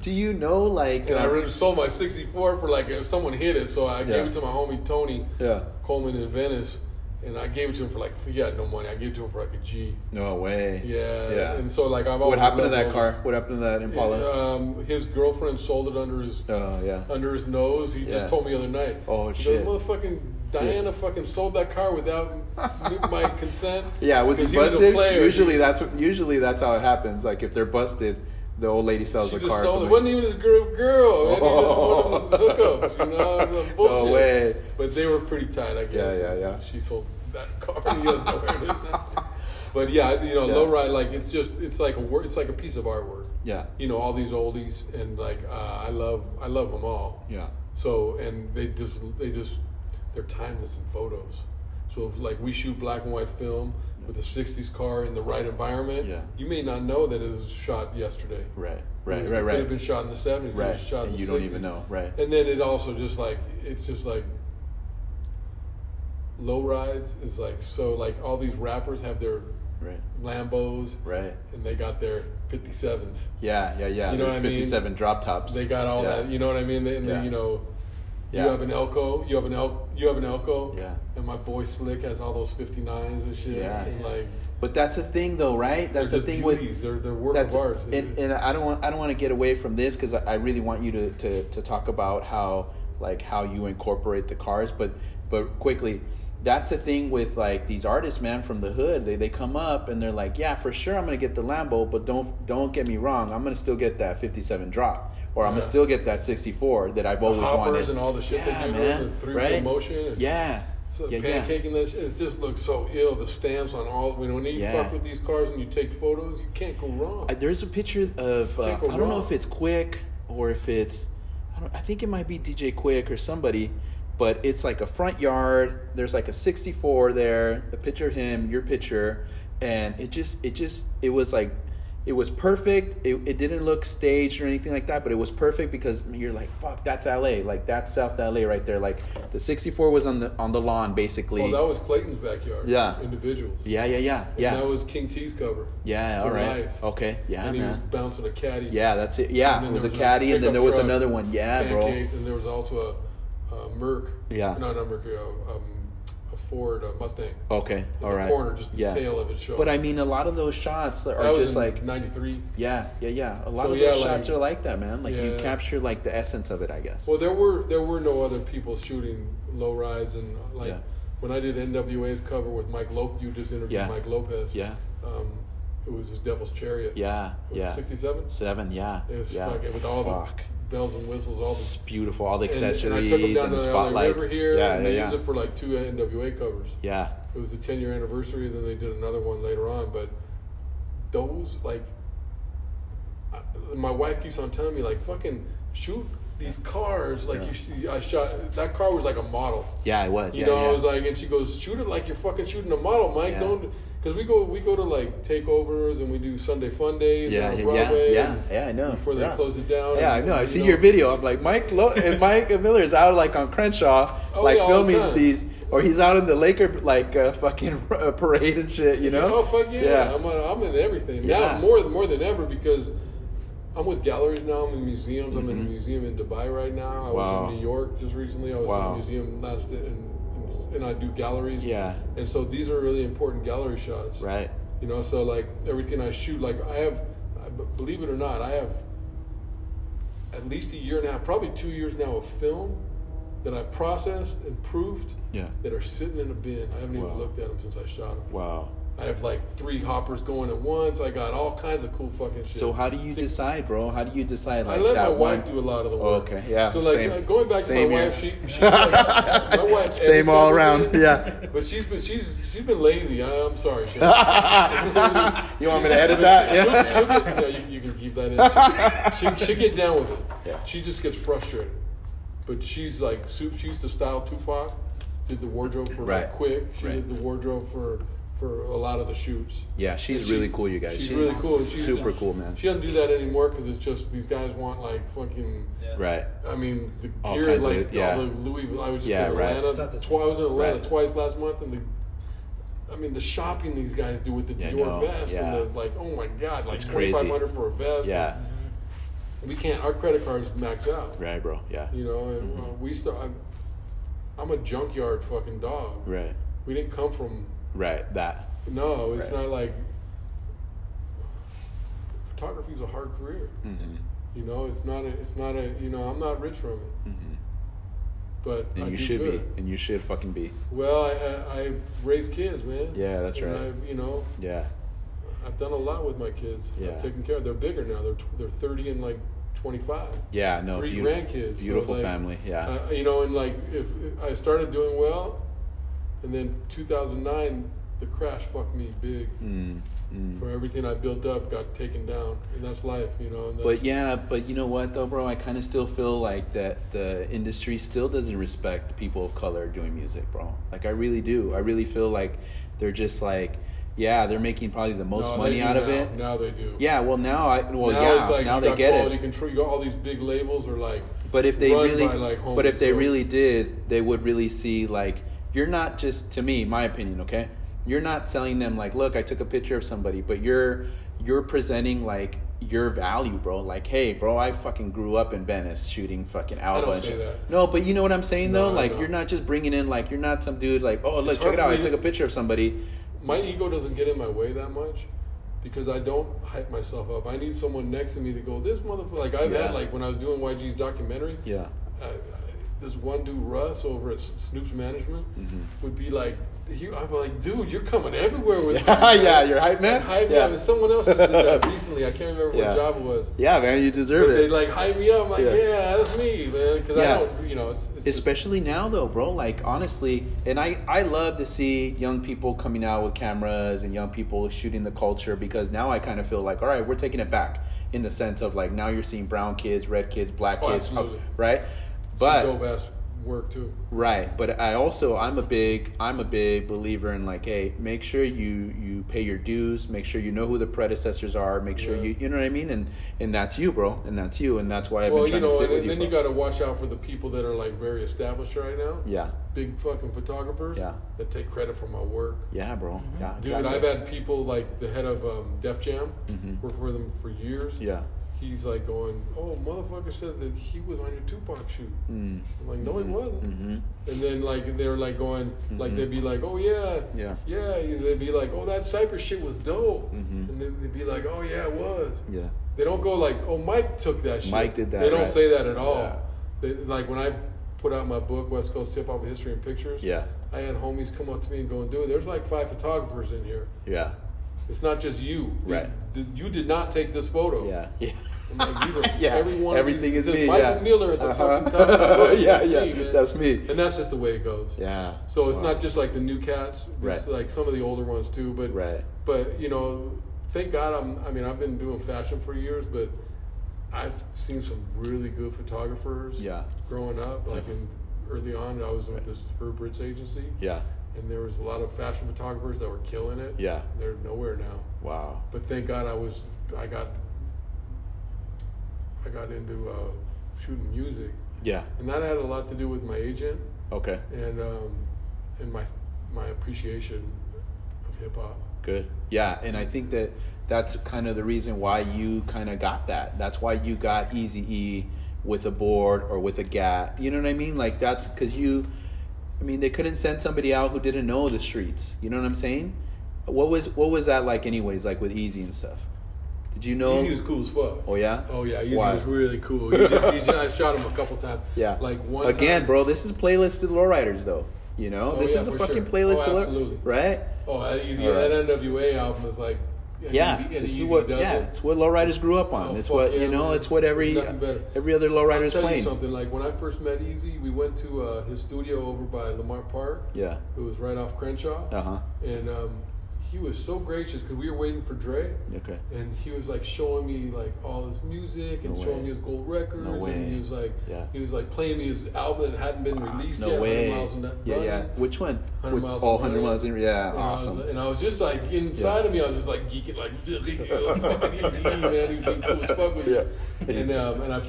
A: do you know, like,
D: and I
A: uh,
D: really sold my 64 for like someone hid it, so I
A: Yeah.
D: gave it to my homie Tony
A: yeah.
D: Coleman in Venice, and I gave it to him for like he had no money. I gave it to him for like a G.
A: No way.
D: Yeah.
A: Yeah.
D: And so like I've always
A: what happened to
D: loved
A: that
D: those-
A: car? What happened to that Impala?
D: Um, his girlfriend sold it under his
A: Oh, yeah.
D: under his nose. He
A: Yeah.
D: just told me the other night.
A: Oh,
D: He
A: shit.
D: Goes, Motherfucking Diana fucking sold that car without my consent.
A: Yeah, was he
D: 'Cause
A: busted?
D: a player.
A: usually that's what, usually that's how it happens. Like if they're busted, the old lady sells
D: she
A: the
D: just
A: car. or
D: sold it.
A: something.
D: wasn't even his girl. girl man. He just wanted
A: Oh.
D: his hookups. You know, it was like
A: No
D: bullshit.
A: way.
D: But they were pretty tight, I guess.
A: Yeah, yeah, yeah.
D: She sold that car. He doesn't know where it is now. But yeah, you know,
A: Yeah.
D: low ride like it's just it's like a wor- it's like a piece of artwork.
A: Yeah.
D: You know, all these oldies and like uh, I love I love them all.
A: Yeah.
D: So and they just they just they're timeless in photos. So if, like we shoot black and white film with a '60s car in the right environment,
A: Yeah.
D: you may not know that it was shot yesterday.
A: Right. Right.
D: It
A: Right.
D: Could have been
A: Right.
D: shot in the '70s. It
A: Right.
D: was shot in
A: And
D: the
A: you don't
D: 60s.
A: even know. Right.
D: And then it also just like it's just like low rides is like so like all these rappers have their
A: Right.
D: Lambos
A: Right.
D: and they got their 57s.
A: Yeah, yeah, yeah.
D: You know
A: There's
D: what I mean?
A: 57 drop tops.
D: They got all that. You know what I mean? They, and
A: Yeah.
D: they, you know,
A: Yeah.
D: you have an Elko, you have an El, you have an Elko.
A: Yeah.
D: And my boy Slick has all those 59s and shit.
A: Yeah.
D: And like
A: But that's the thing, though, right? That's
D: they're
A: the
D: just
A: thing with
D: beauties. they're they're work
A: that's
D: of art.
A: and, and I don't want I don't want to get away from this because I, I really want you to, to, to talk about how like how you incorporate the cars. But but quickly, that's the thing with like these artists, man, from the hood. They they come up and they're like, yeah, for sure, I'm gonna get the Lambo, but don't don't get me wrong, I'm gonna still get that '57 drop, or I'm
D: Yeah.
A: gonna still get that '64 that I've always
D: hoppers
A: wanted.
D: and all the shit they
A: yeah,
D: do,
A: man,
D: the three-wheel
A: right?
D: motion and-
A: yeah,
D: So
A: yeah, yeah.
D: pancaking that shit, it just looks so ill. The stamps on all, you know, when you
A: Yeah.
D: fuck with these cars and you take photos, you can't go wrong. Oh,
A: I, there's a picture of uh, I
D: Can't go
A: don't know
D: wrong.
A: if it's Quick or if it's I, don't, I think it might be DJ Quick or somebody, but it's like a front yard. There's like a 64 there. The picture of him, your picture, and it just it just it was like it was perfect. It, it didn't look staged or anything like that, but it was perfect because you're like fuck that's LA, like that's South LA right there. Like the 64 was on the on the lawn basically.
D: oh, that was Clayton's backyard.
A: Yeah.
D: individuals.
A: yeah, yeah, yeah, yeah,
D: And that was King T's cover.
A: yeah.
D: for
A: All right,
D: life.
A: okay, yeah,
D: and he
A: man.
D: was bouncing a caddy.
A: Yeah, that's it. Yeah,
D: And then
A: it was a
D: there was a
A: caddy, and then
D: pickup
A: there was
D: truck,
A: another one. Yeah, bro.
D: Pancaked, And there was also a, a Merc.
A: Yeah.
D: No, not Merc. A, um, a Ford a Mustang.
A: Okay,
D: In
A: Oh, all
D: the
A: right.
D: corner, just the
A: yeah.
D: tail of it showed.
A: But I mean, a lot of those shots are
D: that was
A: just
D: in
A: like,
D: '93.
A: yeah, yeah, yeah. A lot
D: So,
A: of
D: yeah,
A: those shots
D: like-
A: are like that, man. Like you
D: Yeah.
A: capture like the essence of it, I guess.
D: Well, there were there were no other people shooting low rides and uh, like
A: Yeah.
D: when I did NWA's cover with Mike Lopez. You just interviewed
A: Yeah.
D: Mike Lopez.
A: yeah,
D: Um, it was his Devil's Chariot.
A: yeah,
D: Was
A: yeah.
D: it 67?
A: Seven, yeah,
D: It was
A: yeah.
D: fucking with all
A: Fuck.
D: the bells and whistles, all
A: it's
D: the
A: beautiful. All the
D: and-
A: accessories
D: and, I took 'em
A: and,
D: down
A: the
D: to
A: spotlights.
D: LA River here,
A: yeah,
D: and
A: yeah,
D: they
A: yeah.
D: used it for like two NWA covers.
A: yeah,
D: It was the 10 year anniversary, then they did another one later on. But those, like, I, my wife keeps on telling me, like, fucking shoot these cars. Like, you, sh- I shot, that car was like a model.
A: yeah. It was.
D: You
A: Yeah,
D: know,
A: yeah.
D: I was like, and she goes, shoot it like you're fucking shooting a model, Mike.
A: Yeah.
D: Don't, because we go, we go to like takeovers and we do Sunday fun days
A: yeah,
D: on
A: yeah, yeah,
D: Broadway.
A: yeah, yeah, I know.
D: Before they
A: yeah.
D: close it down.
A: Yeah, I
D: and,
A: know. I
D: you
A: see your video. I'm like Mike Lo- and Mike Miller is out like on Crenshaw,
D: Oh,
A: like
D: yeah, all the
A: filming
D: time.
A: these, or he's out in the Laker like uh, fucking uh, parade and shit. You know?
D: Oh fuck yeah!
A: Yeah.
D: I'm, on, I'm in everything
A: Yeah.
D: now more more than ever because I'm with galleries now. I'm in museums. I'm in a museum in Dubai right now. I
A: Mm-hmm. Wow.
D: was in New York just recently. I was
A: Wow.
D: in a museum last and and I do galleries.
A: Yeah.
D: And so these are really important gallery shots.
A: Right.
D: You know, so like everything I shoot, like I have, I b- believe it or not, I have at least a year and a half, probably two years now of film that I've processed and proofed
A: Yeah.
D: that are sitting in a bin. I haven't
A: Wow.
D: even looked at them since I shot them.
A: Wow.
D: I have like three hoppers going at once. I got all kinds of cool fucking shit.
A: So how do you decide, bro? How do you decide
D: I
A: like
D: let my
A: that
D: wife
A: one?
D: do a lot of the
A: Oh,
D: work.
A: okay, yeah,
D: So like
A: same.
D: uh, going back
A: Same
D: to my
A: here.
D: wife, she, she's like, my wife. edits
A: Same all around,
D: everything,
A: yeah.
D: But she's been she's she's been lazy. I, I'm sorry, Shane.
A: you want me to edit that?
D: She'll-
A: Yeah.
D: she'll get- no, you, you can keep that in. She, she, she get down with it.
A: Yeah.
D: She just gets frustrated. But she's like, su- she used to style Tupac, did the wardrobe for
A: Right.
D: like Quick. She
A: Right.
D: did the wardrobe for for a lot of the shoots.
A: Yeah, she's
D: She-
A: really cool, you guys.
D: She's, really cool. and She's
A: super cool, man.
D: She doesn't do that anymore because it's just these guys want like fucking.
A: right.
D: I mean, the
A: All
D: gear
A: kinds of-
D: like
A: yeah.
D: all the Louis. I was just
A: Yeah,
D: in
A: right.
D: Atlanta.
B: It's not the
D: twi-
B: same.
D: I was in Atlanta
A: Right.
D: twice last month, and the, I mean, the shopping these guys do with the
A: Yeah, I know.
D: Dior vest
A: Yeah.
D: and the like. Oh my God, like
A: It's
D: twenty
A: crazy.
D: five hundred for a vest.
A: Yeah.
D: we can't. Our credit cards max out.
A: Right, Mm-hmm. bro. Yeah.
D: You know, and uh, we still. I'm, I'm a junkyard fucking dog.
A: Right.
D: We didn't come from.
A: Right. That.
D: No, it's
A: Right.
D: not like. Photography's a hard career.
A: Mm-hmm.
D: You know, it's not a. It's not a. You know, I'm not rich from it,
A: Mm-hmm.
D: but
A: And
D: I
A: you
D: do
A: should
D: good.
A: be. And you should fucking be.
D: Well, I, I, I raised kids, man.
A: Yeah, that's
D: and
A: right.
D: I, you know,
A: Yeah.
D: I've done a lot with my kids.
A: Yeah.
D: I've taken care of. They're bigger now. They're tw- they're thirty and like twenty five.
A: Yeah. No.
D: Three
A: beautiful-
D: grandkids. so,
A: Beautiful
D: like,
A: family. Yeah.
D: Uh, you know, and like if, if I started doing well, and then two thousand nine, the crash fucked me big.
A: mm, mm.
D: For everything I built up got taken down, and that's life, you know. And that's,
A: But yeah, but you know what though, bro? I kind of still feel like that the industry still doesn't respect people of color doing music, bro. Like I really do. I really feel like they're just like, yeah, they're making probably the most
D: No, they
A: money
D: do
A: out of
D: now.
A: it.
D: Now they do.
A: Yeah. Well, now I well
D: now
A: yeah
D: it's like
A: now
D: you
A: they
D: got
A: get
D: quality
A: it.
D: control. You got all these big labels are like.
A: But if they
D: run
A: really,
D: by, like,
A: but if
D: homies,
A: they
D: so-
A: really did, they would really see like you're not just to me, my opinion, okay? You're not selling them like, look, I took a picture of somebody, but you're you're presenting like your value, bro. Like, hey, bro, I fucking grew up in Venice shooting fucking Alba.
D: don't
A: and
D: say
A: shit."
D: that.
A: No, but you know what I'm saying
D: No,
A: though.
D: I
A: Like,
D: know.
A: you're not just bringing in like you're not some dude like, oh, look,
D: It's
A: check
D: hard
A: it
D: for
A: out, I
D: me-
A: took a picture of somebody.
D: my ego doesn't get in my way that much because I don't hype myself up. I need someone next to me to go, this motherfucker. Like I've
A: Yeah.
D: had, like when I was doing YG's documentary,
A: Yeah,
D: I, I, this one dude Russ over at Snoop's management
A: Mm-hmm.
D: would be like, he, I'd be like, dude, you're coming everywhere with
A: yeah, yeah, you're hype man.
D: hype
A: yeah.
D: yeah. and someone else just did that recently. I can't remember
A: Yeah.
D: what job it was.
A: yeah, man, you
D: But
A: deserve
D: they
A: it.
D: like hype me up. I'm like,
A: Yeah.
D: yeah, that's me, man. Because
A: Yeah.
D: I don't, you know, it's, it's just-
A: Especially now, though, bro. Like honestly, and I I love to see young people coming out with cameras and young people shooting the culture because now I kind of feel like, all right, we're taking it back in the sense of like now you're seeing brown kids, red kids, black
D: Oh,
A: kids,
D: absolutely.
A: right?
D: some
A: But
D: dope ass work too.
A: Right, but I also I'm a big I'm a big believer in like, hey, make sure you you pay your dues, make sure you know who the predecessors are, make sure
D: Yeah.
A: you you know what I mean, and and that's you, bro, and that's you, and that's why I've
D: Well,
A: been
D: you
A: trying
D: know,
A: to sit
D: and,
A: with
D: then
A: you.
D: you
A: bro.
D: got to watch out for the people that are like very established right now.
A: yeah,
D: Big fucking photographers
A: Yeah.
D: that take credit for my work.
A: yeah, bro, yeah,
D: Mm-hmm. Dude,
A: exactly.
D: I've had people like the head of um, Def Jam work for them for years.
A: Mm-hmm. yeah,
D: He's like going, "Oh, motherfucker said that he was on your Tupac shoot."
A: mm,
D: I'm like, "No, he wasn't."
A: mm-hmm.
D: And then like they're like going, like they'd be like, "Oh yeah,
A: Yeah.
D: yeah." you- They'd be like, "Oh, that Cypress shit was dope,"
A: Mhm.
D: and then they'd be like, "Oh yeah, it was."
A: yeah,
D: They don't go like, "Oh, Mike took that shit."
A: Mike did that,
D: They don't
A: right.
D: say that at all.
A: Yeah.
D: They, like when I put out my book, West Coast Hip Hop History and Pictures.
A: yeah,
D: I had homies come up to me and go, dude, there's like five photographers in here.
A: yeah,
D: It's not just you.
A: Right.
D: You, you did not take this photo.
A: yeah, yeah.
D: I'm like, these are,
A: Yeah,
D: every one of
A: everything
D: these-
A: is
D: it says
A: me.
D: Michael
A: yeah.
D: Miller at the
A: Uh-huh.
D: fucking top. of the book.
A: yeah,
D: It's
A: yeah,
D: me, man.
A: that's me.
D: And that's just the way it goes.
A: Yeah.
D: So it's
A: Wow.
D: not just like the new cats, it's
A: Right.
D: like some of the older ones too. But
A: Right.
D: but you know, thank God I'm. I mean, I've been doing fashion for years, but I've seen some really good photographers.
A: Yeah.
D: Growing up, like in early on, I was with this Herb Ritz agency,
A: Yeah,
D: and there was a lot of fashion photographers that were killing it.
A: yeah.
D: They're nowhere now
A: Wow.
D: but thank God I was I got I got into uh, shooting music,
A: Yeah.
D: and that had a lot to do with my agent
A: Okay.
D: and um, and my my appreciation of hip hop.
A: Good. Yeah, and I think that that's kind of the reason why you kind of got that. That's why you got Easy E with a board or with a gat. You know what I mean? Like that's because you. I mean, they couldn't send somebody out who didn't know the streets. You know what I'm saying? What was what was that like, anyways? Like with Easy and stuff. Did you know?
D: Easy was cool as fuck.
A: Oh, yeah?
D: Oh yeah, Easy
A: Why?
D: was really cool. He just, he just, I shot him a couple times.
A: yeah.
D: like one
A: again,
D: time-
A: bro. This is playlist to the lowriders, though. You know,
D: Oh,
A: this
D: yeah,
A: is a
D: for
A: fucking
D: sure.
A: playlist
D: Oh,
A: to low-
D: absolutely.
A: right?
D: Oh, that Easy
A: All right.
D: that NWA album was like an
A: Yeah,
D: Easy, an
A: this
D: Easy
A: is what
D: does
A: yeah,
D: it.
A: it's what lowriders grew up on.
D: Oh,
A: it's
D: fuck
A: what
D: yeah,
A: you know.
D: man.
A: It's what every
D: Nothing better.
A: every other lowrider's
D: Tell you
A: playing.
D: something like when I first met Easy, we went to uh, his studio over by Lamar Park.
A: Yeah.
D: It was right off Crenshaw.
A: Uh huh.
D: and um, he was so gracious because we were waiting for Dre,
A: Okay.
D: and he was like showing me like all his music and
A: No
D: showing
A: way.
D: me his gold records,
A: No
D: and
A: way.
D: he was like,
A: Yeah.
D: he was like playing me his album that hadn't been released
A: No
D: yet, 100
A: way.
D: miles an
A: yeah,
D: Running.
A: yeah. Which one?
D: 100
A: Which-
D: Miles
A: oh,
D: an
A: 100
D: Hour.
A: miles. An, yeah,
D: And, I
A: awesome.
D: was, and I was just like inside of me, I was just like geeking, like fucking easy, man. He's been cool as fuck with
A: Yeah.
D: it. And um, and I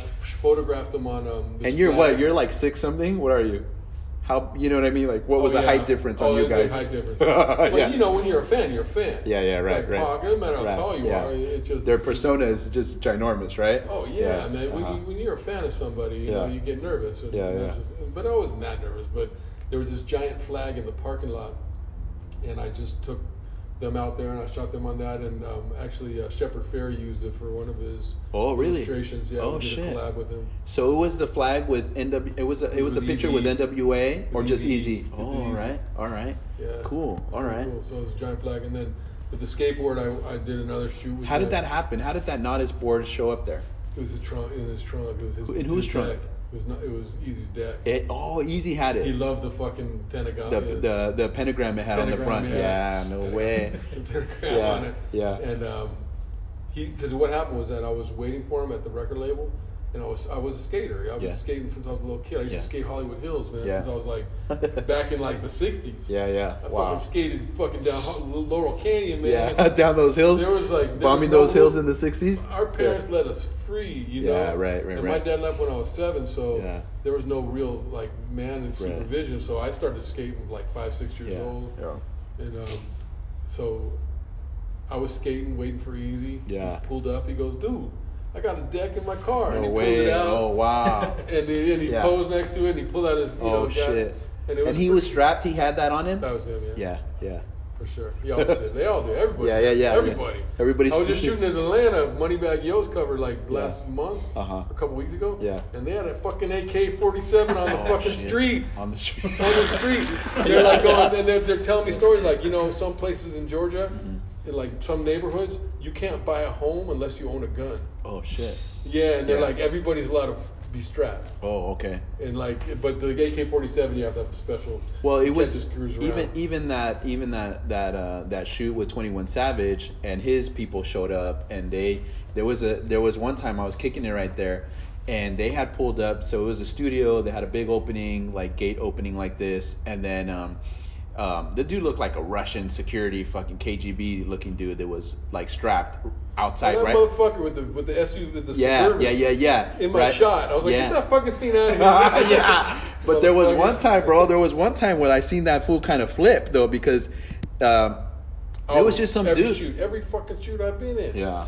D: photographed him on um. this
A: and you're what?
D: flag.
A: You're like six something. What are you? How you know what I mean? Like what was
D: Oh,
A: the
D: yeah.
A: height difference
D: Oh,
A: on you
D: there's a
A: guys?
D: Height difference. but
A: yeah.
D: you know, when you're a fan, you're a fan.
A: Yeah, yeah, right,
D: like,
A: right.
D: Pac, it doesn't matter how
A: Right,
D: tall you
A: yeah.
D: are. It's just
A: Their persona is just ginormous, right?
D: Oh yeah, man. When,
A: uh-huh.
D: you, when you're a fan of somebody, you know
A: Yeah.
D: you get nervous. And
A: Yeah,
D: and that's
A: yeah.
D: just- but I wasn't that nervous. But there was this giant flag in the parking lot, and I just took them out there and I shot them on that. And um, actually, uh, Shepard Fair used it for one of his
A: Oh, really?
D: illustrations. Yeah,
A: Oh,
D: we did
A: shit.
D: a collab with him.
A: So it was the flag with NW. It was a, it was a
D: With
A: picture
D: EZ.
A: with NWA or
D: With
A: just
D: EZ.
A: easy.
D: With
A: Oh, all
D: EZ.
A: right, all right.
D: Yeah.
A: Cool. All right.
D: Cool. So it was a giant flag, and then with the skateboard, I, I did another shoot. With
A: How did that happen? How did that Nautis board show up there?
D: It was a trunk in his trunk. It was his
A: In
D: his
A: whose trunk?
D: Deck. It was not. It was Easy's deck.
A: It oh, Easy had it.
D: He loved the fucking pentagon.
A: the,
D: yeah.
A: the the pentagram it had on the
D: Pentagram,
A: front. Yeah,
D: yeah.
A: no way.
D: pentagram
A: Yeah,
D: on it.
A: yeah.
D: And um, he because what happened was that I was waiting for him at the record label, and I was I was a skater. I was
A: Yeah.
D: skating since I was a little kid. I used
A: Yeah.
D: to skate Hollywood Hills, man.
A: Yeah.
D: Since I was like back in like the '60s.
A: yeah, yeah.
D: I
A: wow.
D: fucking skated fucking down Ho- Laurel Canyon, man.
A: Yeah, down those hills.
D: There was like there was
A: bombing
D: no
A: those hills
D: room.
A: in the sixties.
D: Our parents let us free, you know.
A: Yeah, right, right,
D: And
A: right.
D: my dad left when I was seven, so
A: Yeah.
D: there was no real like man and supervision. So I started skating like five, six years
A: Yeah.
D: old,
A: yeah.
D: and um, so I was skating, waiting for Easy.
A: Yeah.
D: He pulled up. He goes, "Dude, I got a deck in my car." and
A: No
D: he pulled
A: way.
D: it out.
A: Oh wow.
D: And he, and he
A: Yeah.
D: posed next to it, and he pulled out his. You
A: oh
D: know, got-
A: shit.
D: And,
A: And,
D: it was
A: he
D: pretty-
A: was strapped. He had that on him.
D: That was him. Yeah.
A: Yeah, yeah.
D: for sure. He always did. They all do. Everybody.
A: Yeah, yeah, yeah, yeah.
D: Everybody.
A: Everybody's
D: I was just
A: speaking.
D: shooting in Atlanta. Moneybag Yo's cover like
A: Yeah.
D: last month,
A: Uh-huh.
D: a couple weeks ago.
A: Yeah.
D: And they had a fucking AK-47 on the
A: Oh,
D: fucking
A: shit.
D: street.
A: On the street.
D: on the street. They're like going, and they're, they're telling me stories like, you know, some places in Georgia,
A: Mm-hmm.
D: in like some neighborhoods, you can't buy a home unless you own a gun.
A: Oh shit.
D: Yeah, and they're
A: Yeah.
D: like, everybody's allowed to be strapped.
A: Oh okay.
D: And like, but the AK 47, you have to have a special.
A: Well, it
D: you can't
A: was
D: just cruise
A: even
D: around.
A: even that even that that uh, that shoot with Twenty One Savage and his people showed up and they there was a there was one time I was kicking it right there and they had pulled up so it was a studio they had a big opening like gate opening like this and then um, um, the dude looked like a Russian security fucking KGB looking dude that was like strapped outside
D: that
A: right
D: motherfucker with the with the SUV with the
A: yeah
D: Suburban
A: yeah yeah yeah
D: in my
A: right.
D: shot. I was like,
A: Yeah.
D: get that fucking thing out of here.
A: yeah. But there was one
D: Motherfuckers.
A: time, bro. There was one time when I seen that fool kind of flip though because um, there was
D: Oh,
A: just some
D: every
A: dude.
D: Shoot, every fucking shoot I've been in.
A: Yeah.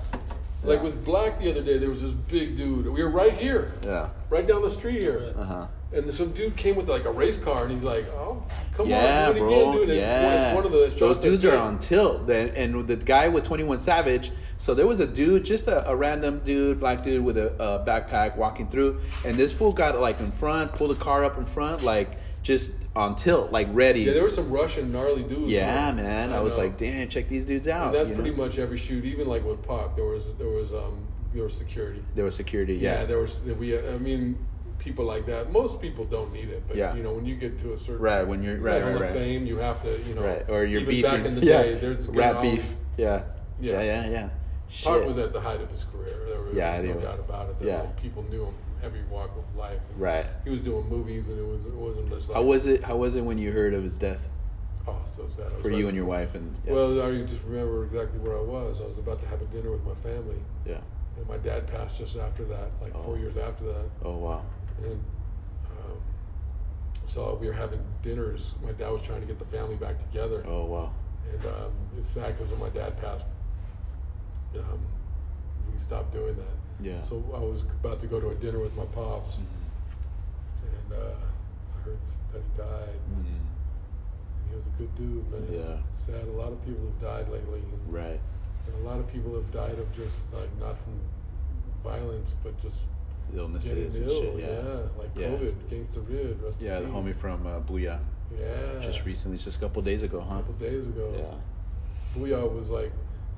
D: Like
A: Yeah.
D: with Black the other day, there was this big dude. We were right here,
A: Yeah.
D: right down the street here.
A: Uh huh.
D: And some dude came with like a race car, and he's like, "Oh, come
A: yeah,
D: on, do it
A: bro.
D: again, dude!" And it's one-
A: yeah.
D: it's one, of the
A: Those
D: shots that
A: dudes are
D: hit.
A: on tilt. Then and the guy with Twenty One Savage. So there was a dude, just a, a random dude, black dude with a, a backpack walking through, and this fool got like in front, pulled a car up in front, like just on tilt, like ready.
D: Yeah, there were some Russian gnarly dudes.
A: Yeah, man. I, was
D: know.
A: like, damn, check these dudes out.
D: And that's
A: you know?
D: pretty much every shoot, even like with Pop, there was there was um there was security.
A: There was security.
D: Yeah, there was we. I mean, people like that. Most people don't need it, but
A: Yeah.
D: you know, when you get to a certain
A: Right when you're right,
D: level
A: right,
D: of
A: right,
D: fame, you have to you know,
A: right. Or you're
D: even
A: beefing.
D: back in the
A: yeah,
D: day, there's gonna
A: rat
D: always-
A: beef. Yeah. yeah,
D: Yeah.
A: yeah, yeah,
D: Pop
A: Shit.
D: was at the height of his career. There was
A: Yeah, I
D: no
A: knew it.
D: doubt about it. That
A: Yeah.
D: people knew him from every walk of life. And
A: right.
D: He was doing movies, and it was it wasn't just like
A: How was it? How was it when you heard of his death
D: oh so sad I was
A: for
D: right-
A: you and your wife? And yeah,
D: Well, I just remember exactly where I was. I was about to have a dinner with my family,
A: yeah.
D: and my dad passed just after that, like
A: Oh.
D: four years after that.
A: Oh wow.
D: And um, so we were having dinners. My dad was trying to get the family back together.
A: Oh wow.
D: And um, it's sad because when my dad passed, um, we stopped doing that.
A: Yeah.
D: So I was about to go to a dinner with my pops,
A: Mhm. Mm-hmm.
D: and uh, I heard that he died.
A: Mhm.
D: And he was a good dude, man.
A: Yeah.
D: Sad. A lot of people have died lately. And,
A: Right.
D: and a lot of people have died of just, like, not from violence, but just
A: Illnesses
D: getting
A: and
D: ill.
A: shit. Yeah.
D: Like
A: Yeah.
D: COVID, gangster rid. Rest in
A: Yeah. The
D: peace.
A: homie from uh, Booyah.
D: Yeah.
A: Just recently, just a couple days ago,
D: A
A: huh?
D: couple days ago.
A: Yeah.
D: Booyah was like,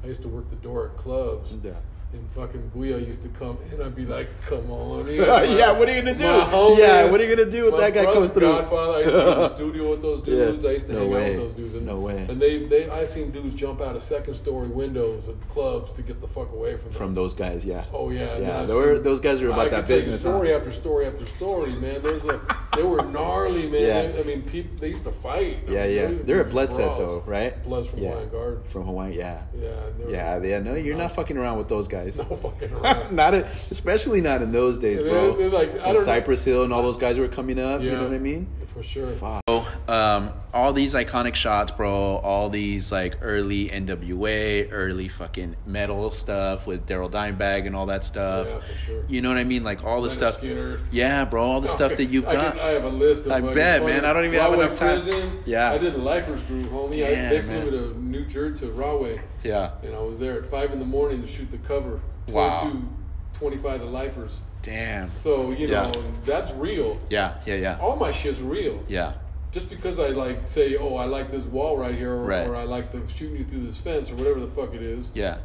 D: I used to work the door at clubs,
A: Yeah.
D: and fucking Booyah used to come in. I'd be like, come on in.
A: yeah, what are you gonna do?
D: My homie,
A: yeah, what are you gonna do if
D: my
A: that guy
D: brother,
A: comes through?
D: Godfather, I used to be in the studio with those
A: Yeah.
D: dudes. I used to
A: No
D: hang
A: way.
D: out with those dudes. And,
A: No way.
D: And they, they, I seen dudes jump out of second story windows at clubs to get the fuck away from them.
A: From those guys, yeah.
D: Oh yeah,
A: Yeah,
D: I've
A: they were-
D: seen-
A: those guys were about
D: I
A: that
D: could tell you
A: business,
D: Story
A: huh?
D: after story after story, man. Those like they were gnarly, man.
A: Yeah.
D: They- I mean, people they used to fight.
A: Yeah,
D: I mean,
A: yeah.
D: they used to
A: They're a
D: do
A: blood set
D: brawls.
A: though, right?
D: Bloods from
A: yeah.
D: Hawaiian Garden.
A: From Hawaii, yeah.
D: Yeah, and they were-
A: Yeah, yeah. No, you're not fucking around with those guys.
D: no fucking around.
A: not in, especially not in those days,
D: They're-
A: bro.
D: they're like, I
A: When
D: don't know.
A: Cypress Hill and all those guys were coming up. You
D: Yeah.
A: know what I mean?
D: for sure.
A: Fuck. So, um, all these iconic shots, bro. All these like early NWA, early fucking metal stuff with Daryl Dimebag and all that stuff.
D: Yeah, for sure.
A: You know what I mean? Like all the
D: Leonard
A: stuff.
D: Skinner.
A: Yeah, bro. All the stuff that you've
D: I
A: done.
D: Can, I have a list. Of
A: I
D: fucking
A: bet,
D: funny-
A: man. I don't even have
D: Rahway
A: enough time.
D: Prison.
A: Yeah.
D: I did Lifers Groove, homie. I,
A: Damn,
D: they flew
A: man.
D: me to New Jersey to Rahway,
A: yeah.
D: and I was there at five in the morning to shoot the cover.
A: Wow.
D: 22, 25 to Lifers.
A: Damn.
D: So you
A: Yeah.
D: know that's real.
A: Yeah, yeah, yeah,
D: All my shit's real.
A: yeah.
D: just because I like say, oh, I like this wall right here, or,
A: Right.
D: or I like the shooting you through this fence, or whatever the fuck it is.
A: Yeah.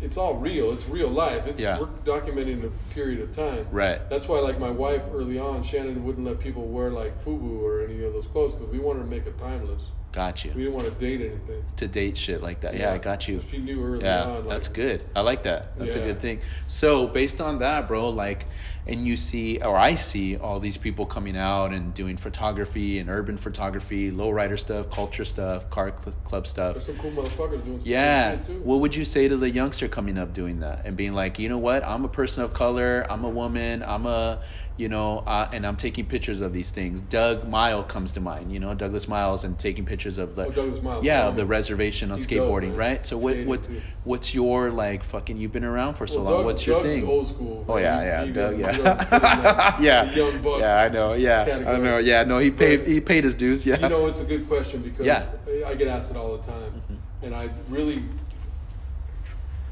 D: It's all real. It's real life. It's
A: Yeah.
D: we're documenting a period of time.
A: Right.
D: That's why, like my wife early on, Shannon wouldn't let people wear like FUBU or any of those clothes because we wanted to make it timeless.
A: Got
D: We
A: you.
D: didn't want to date anything.
A: To date shit like that. Uh, Yeah, I got you.
D: So she knew early
A: Yeah,
D: on. Like,
A: that's good. I like that. That's a
D: Yeah.
A: good thing. So based on that, bro, like, and you see, or I see, all these people coming out and doing photography and urban photography, lowrider stuff, culture stuff, car cl- club
D: There's
A: stuff.
D: some cool motherfuckers doing some
A: Yeah.
D: cool shit too.
A: What would you say to the youngster coming up doing that and being like, you know what? I'm a person of color. I'm a woman. I'm a, you know, uh, and I'm taking pictures of these things. Doug Mile comes to mind, you know, Douglas Miles, and taking pictures of the
D: Oh, Douglas Miles,
A: yeah,
D: yeah.
A: of the reservation on
D: He's dope,
A: skateboarding,
D: man.
A: right? So what
D: Skating,
A: what
D: too.
A: what's your like fucking? You've been around for so
D: Well,
A: long.
D: Doug-
A: what's your
D: Doug's
A: thing?
D: old school.
A: Oh yeah, yeah,
D: He-
A: Doug,
D: he
A: yeah,
D: does- he does fit in that-
A: yeah,
D: the young buck.
A: yeah. I know, yeah, I
D: category.
A: know, yeah. No, he paid
D: But-
A: he paid his dues, yeah.
D: You know, it's a good question because
A: Yeah. Mm-hmm.
D: I get asked it all the time, and I really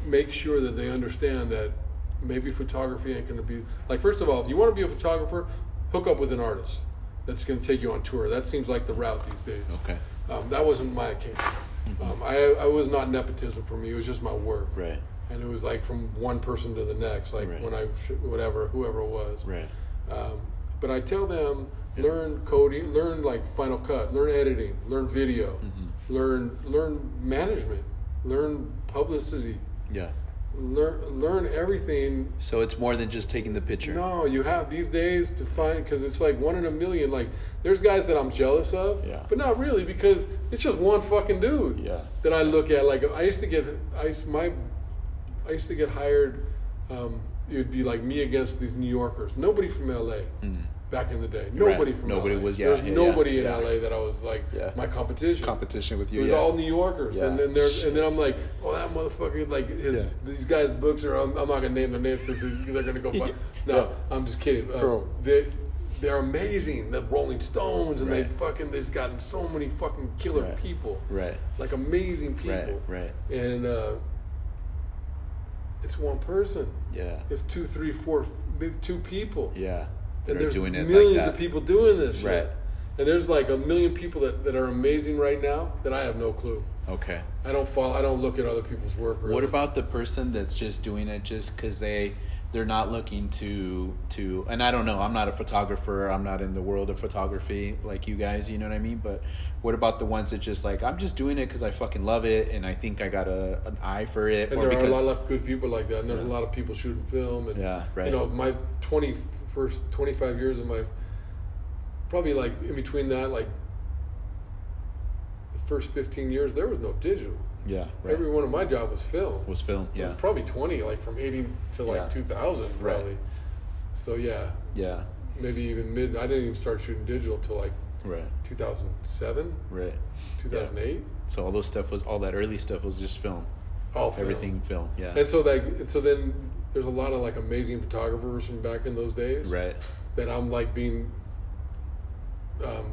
D: make sure that they understand that maybe photography ain't going to be like. First of all, if you want to be a photographer, hook up with an artist that's going to take you on tour. That seems like the route these days.
A: okay, Mm-hmm.
D: Um, that wasn't my case. Um, I, I was not nepotism for me. It was just my work.
A: right,
D: And it was like from one person to the next, like
A: Right.
D: when I, sh- whatever, whoever it was.
A: right,
D: Um, but I tell them learn coding, learn like Final Cut, learn editing, learn video, learn learn management, learn publicity,
A: yeah.
D: learn learn everything.
A: So it's more than just taking the picture.
D: No, you have these days to find because it's like one in a million. Like there's guys that I'm jealous of,
A: Yeah.
D: but not really because it's just one fucking dude
A: Yeah.
D: that I look at. Like I used to get, I used, my, I used to get hired. Um, it would be like me against these New Yorkers. Nobody from LA back in the day.
A: Mm. Right.
D: Nobody from
A: Nobody
D: LA.
A: was- yeah,
D: There was
A: yeah,
D: nobody
A: yeah,
D: in
A: yeah.
D: LA that I was like
A: Yeah.
D: my competition.
A: Competition with
D: It
A: you,
D: was
A: yeah.
D: all New Yorkers,
A: Yeah.
D: and then there's and then I'm like, oh that motherfucker, like his,
A: Yeah.
D: these guys' books are. I'm, I'm not gonna name their names because they're, they're gonna go. Fuck. No,
A: Yeah.
D: I'm just kidding. Uh,
A: Bro.
D: they they're amazing. The Rolling Stones, and they
A: Right.
D: fucking they've gotten so many fucking killer
A: Right.
D: people
A: right,
D: like amazing people.
A: right, right,
D: And uh, it's one person.
A: yeah,
D: It's two, three, four, maybe two people.
A: yeah.
D: and
A: They're
D: there's
A: doing it
D: millions
A: like that.
D: of people doing this. shit.
A: Right.
D: And there's like a million people that, that are amazing right now that I have no clue.
A: Okay.
D: I don't follow. I don't look at other people's work. Really.
A: What about the person that's just doing it just because they they're not looking to to and I don't know I'm not a photographer I'm not in the world of photography like you guys you know what I mean but what about the ones that just like I'm just doing it because I fucking love it and I think I got a an eye for it
D: And
A: or
D: there
A: because
D: are a lot of good people like that. And there's a lot of people shooting film. And
A: Yeah, right.
D: you know, my twenty first, twenty five years of my, probably like in between that, like the first fifteen years, there was no digital.
A: yeah right
D: Every one of my job was film.
A: was film yeah
D: Probably 20, like from 80 to like
A: Yeah.
D: 2000,
A: Right.
D: probably. So yeah,
A: yeah
D: maybe even mid. I didn't even start shooting digital till like
A: right
D: 2007,
A: right
D: 2008.
A: so all those stuff was all that early stuff was just film
D: All film.
A: everything film yeah
D: And so like, and so then there's a lot of like amazing photographers from back in those days
A: right
D: that I'm like being um,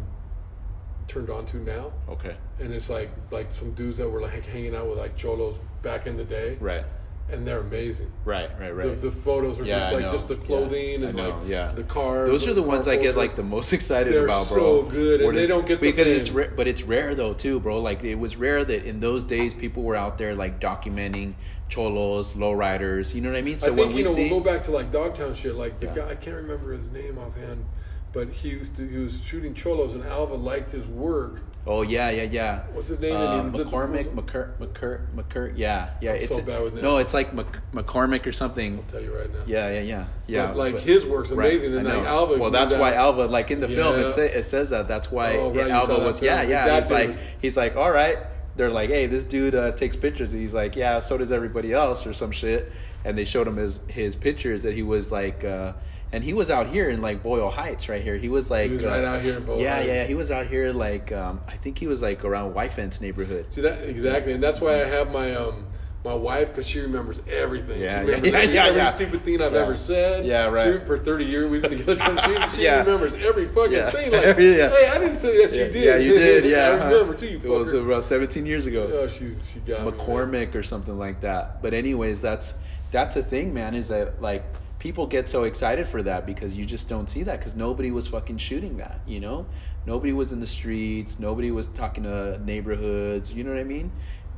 D: turned on to now.
A: okay
D: And it's like like some dudes that were like hanging out with like cholos back in the day,
A: right
D: and they're amazing.
A: right right right
D: The, the photos are
A: Yeah,
D: just
A: I
D: like
A: know.
D: just the
A: Yeah,
D: clothing
A: I
D: and
A: know,
D: like
A: yeah.
D: the cars.
A: Those are the
D: car
A: ones I get
D: culture.
A: like the most excited
D: They're
A: about, bro.
D: so good, and
A: When
D: they
A: it's-
D: don't get the
A: because it's
D: fame.
A: ra- but it's rare though too, bro. Like it was rare that in those days people were out there like documenting cholos, lowriders. You know what I mean? So
D: I
A: when
D: think
A: we
D: you know
A: see,
D: we'll go back to like Dogtown shit. Like the
A: Yeah.
D: guy, I can't remember his name offhand, but he used to he was shooting cholos, and Alva liked his work.
A: oh yeah, yeah, yeah.
D: What's his name?
A: Uh,
D: And he- the-
A: McCormick, McCur, McCur, McCur. Yeah, yeah.
D: I'm
A: it's
D: so bad with names.
A: no, it's like Mc, McCormick or something.
D: I'll tell you right now.
A: Yeah, yeah, yeah, yeah.
D: But, like,
A: but-
D: his work's amazing,
A: I
D: and, like,
A: know.
D: Alva
A: Well,
D: knew
A: that's why
D: that.
A: Alva, like in the film,
D: Yeah.
A: it, say, it says that. That's why
D: Oh, right, you
A: Alva
D: saw that
A: was.
D: film.
A: Yeah, yeah.
D: That
A: he's like,
D: dude.
A: he's like, all right. They're like, hey, this dude uh, takes pictures, and he's like, yeah, so does everybody else, or some shit. And they showed him his his pictures that he was like, uh, and he was out here in like Boyle Heights, right here. He was like,
D: was
A: uh,
D: right out here in Boyle
A: Yeah,
D: Heights.
A: yeah. He was out here like, um, I think he was like around White Fence neighborhood.
D: See that exactly, and that's why I have my um my wife because she remembers everything.
A: Yeah,
D: she
A: yeah,
D: remembers
A: yeah,
D: every,
A: yeah,
D: every
A: yeah.
D: stupid thing I've
A: Yeah.
D: ever said.
A: Yeah, right.
D: She, for thirty years we've been together. She, she
A: Yeah.
D: remembers every fucking
A: Yeah.
D: thing. Like,
A: Every- yeah.
D: hey, I didn't say that.
A: yeah,
D: you did.
A: yeah, you did. Yeah,
D: I
A: uh-huh.
D: remember too. You
A: It was
D: fucker.
A: about 17 years ago.
D: oh, she's she got me, man.
A: McCormick or something like that. But anyways, that's that's a thing, man. Is that like people get so excited for that because you just don't see that because nobody was fucking shooting that. You know, nobody was in the streets. Nobody was talking to neighborhoods. You know what I mean?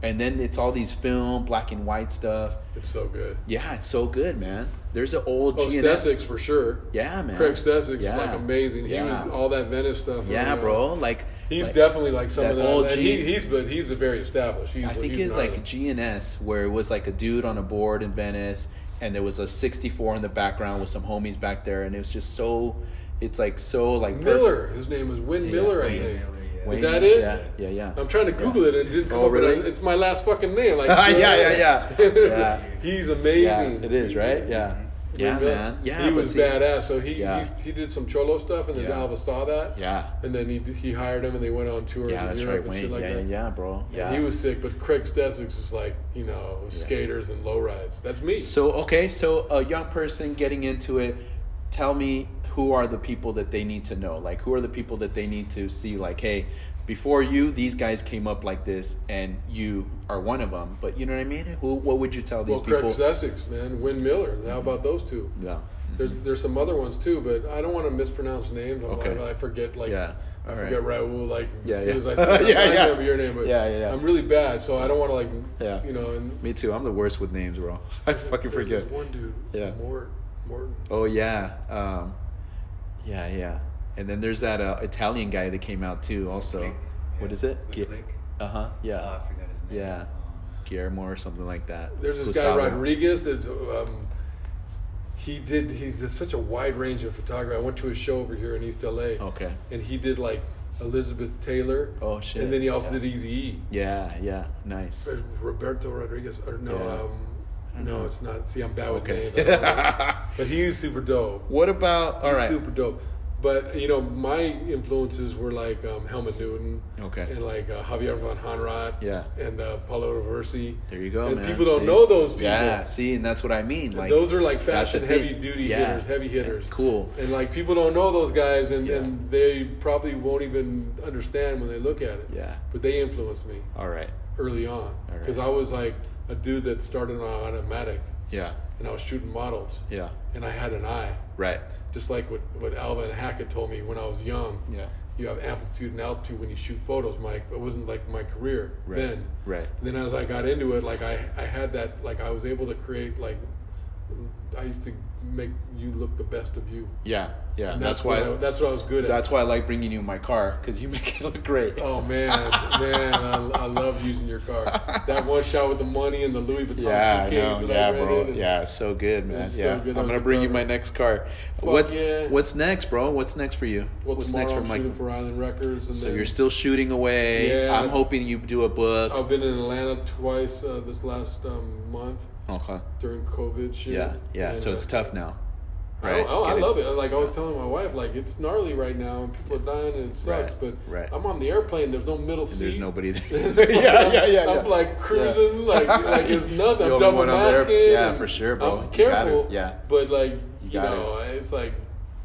A: And then it's all these film, black and white stuff.
D: It's so good.
A: Yeah, it's so good, man. There's an old
D: Oh,
A: G&M.
D: Stesix for sure.
A: Yeah, man.
D: Craig Stesix
A: Yeah.
D: is like amazing. He
A: Yeah.
D: was all that Venice stuff.
A: Yeah,
D: early on.
A: bro. Like
D: He's
A: like-
D: definitely like some
A: that
D: of that.
A: old
D: and
A: G-
D: he, he's but he's very established. He's,
A: I think
D: he's
A: it was
D: not
A: like
D: a-
A: GNS, where it was like a dude on a board in Venice, and there was a 64 in the background with some homies back there, and it was just so, it's like so like perfect.
D: Miller. His name was Win Miller, I
C: Wayne
D: think.
C: Miller, yeah.
A: Wayne-
D: that it?
A: Yeah, yeah, yeah.
D: I'm trying to Google it and it didn't come
A: Oh,
D: up. with
A: really?
D: it. It's my last fucking name. Like
A: Yeah, yeah, yeah. Yeah.
D: He's
A: Yeah,
D: amazing.
A: it is right. Yeah, Yeah,
D: Remember?
A: man. Yeah,
D: he
A: but
D: was
A: see-
D: badass. So he,
A: Yeah.
D: he he did some cholo stuff, and then
A: Yeah.
D: Alva saw that.
A: Yeah.
D: And then he he hired him, and they went on tour.
A: Yeah,
D: in
A: that's right.
D: Europe And
A: Wayne.
D: shit like
A: yeah,
D: that.
A: yeah, bro. Yeah.
D: And he was sick, but Craig Stessex is like you know skaters and lowrides. That's me.
A: So okay, so a young person getting into it, tell me who are the people that they need to know? Like who are the people that they need to see like hey, before you these guys came up like this and you are one of them. But you know what I mean? Who what would you tell these
D: well, Craig
A: people? Mm-hmm.
D: Stessex, man, Win Miller. How about those two?
A: yeah. Mm-hmm.
D: There's there's some other ones too, but I don't want to mispronounce names. I'm
A: Okay.
D: like, I forget like
A: Yeah.
D: I
A: All
D: forget Raul like
A: Yeah,
D: as soon
A: yeah.
D: as I say
A: Yeah,
D: yeah,
A: yeah.
D: your name, but
A: Yeah, yeah, yeah.
D: I'm really bad, so I don't want to like
A: Yeah.
D: you know. And
A: Me too. I'm the worst with names, bro. I fucking
D: there's this
A: forget.
D: one dude.
A: Yeah.
D: Mort, Morton.
A: Oh yeah, um, yeah, yeah. And then there's that uh, Italian guy that came out too. Also,
C: Click.
A: what
C: Yeah.
A: is it?
C: With Click.
A: Uh huh. Yeah.
C: Oh, I forgot his name. Um,
A: Yeah. Guillermo or something like that.
D: There's this
A: Gustavo.
D: guy Rodriguez that um, he did. He's just such a wide range of photography. I went to his show over here in East LA.
A: Okay.
D: And he did like Elizabeth Taylor.
A: Oh, shit.
D: And then he also
A: Yeah.
D: did Easy E.
A: Yeah, yeah. Nice.
D: There's Roberto Rodriguez. Or no,
A: Yeah.
D: um, no, it's not. See, I'm bad with
A: Okay.
D: names. I don't know. but he's super dope.
A: What about all
D: He's
A: right?
D: super dope. But you know, my influences were like um, Helmut Newton,
A: Okay.
D: and like uh, Javier von Hanrat,
A: Yeah.
D: and uh, Paulo Roversi.
A: There you go,
D: and
A: man.
D: People don't
A: See?
D: know those people.
A: Yeah, see, and that's what I mean. Like
D: those are like
A: that's
D: fashion
A: the
D: heavy
A: thing.
D: duty
A: Yeah.
D: hitters, heavy hitters.
A: Cool.
D: And like people don't know those guys, and,
A: Yeah.
D: and they probably won't even understand when they look at it.
A: Yeah.
D: But they influenced me
A: All right.
D: early on
A: All right.
D: because I was like a dude that started on automatic,
A: Yeah.
D: and I was shooting models,
A: Yeah.
D: and I had an eye,
A: Right.
D: just like what what Alva and Hackett told me when I was young.
A: Yeah.
D: You have amplitude and altitude when you shoot photos, Mike. It wasn't like my career
A: Right.
D: then.
A: Right.
D: And then as I got into it, like I, I had that, like I was able to create, like I used to make you look the best of you.
A: Yeah. Yeah.
D: And
A: That's,
D: what I,
A: why.
D: that's what I was good at.
A: That's why I like bringing you my car because you make it look great.
D: oh man, man, I, I love using your car. That one shot with the money and the Louis Vuitton
A: Yeah, I
D: suitcase
A: know.
D: that
A: Yeah,
D: I ran
A: bro.
D: in. and-
A: Yeah, so good, man.
D: It's so
A: Yeah,
D: good. That
A: I'm
D: was
A: gonna
D: a
A: bring you
D: cover.
A: my next car. what's
D: yeah.
A: What's next, bro? What's next for you?
D: Well,
A: what's
D: tomorrow
A: next
D: I'm shooting for Island Records, and
A: so
D: then
A: you're still shooting away.
D: Yeah.
A: I'm hoping you do a book.
D: I've been in Atlanta twice uh, this last um, month
A: Okay.
D: during COVID. Shit.
A: Yeah, yeah.
D: And,
A: So
D: uh,
A: it's tough now,
D: I
A: right?
D: don't- Oh, I,
A: Get it-
D: love it. Like I was telling my wife, like it's gnarly right now and people are dying and it sucks.
A: Right,
D: But
A: right.
D: I'm on the airplane. There's no middle
A: And
D: seat.
A: there's nobody there.
D: I'm- I'm like cruising, like like it's nothing.
A: You're the
D: I'm double
A: one on the air-
D: masking.
A: yeah,
D: and
A: for sure, bro.
D: I'm
A: You gotta-
D: careful.
A: yeah.
D: But like you,
A: gotta- Mm-hmm.
D: know, it's like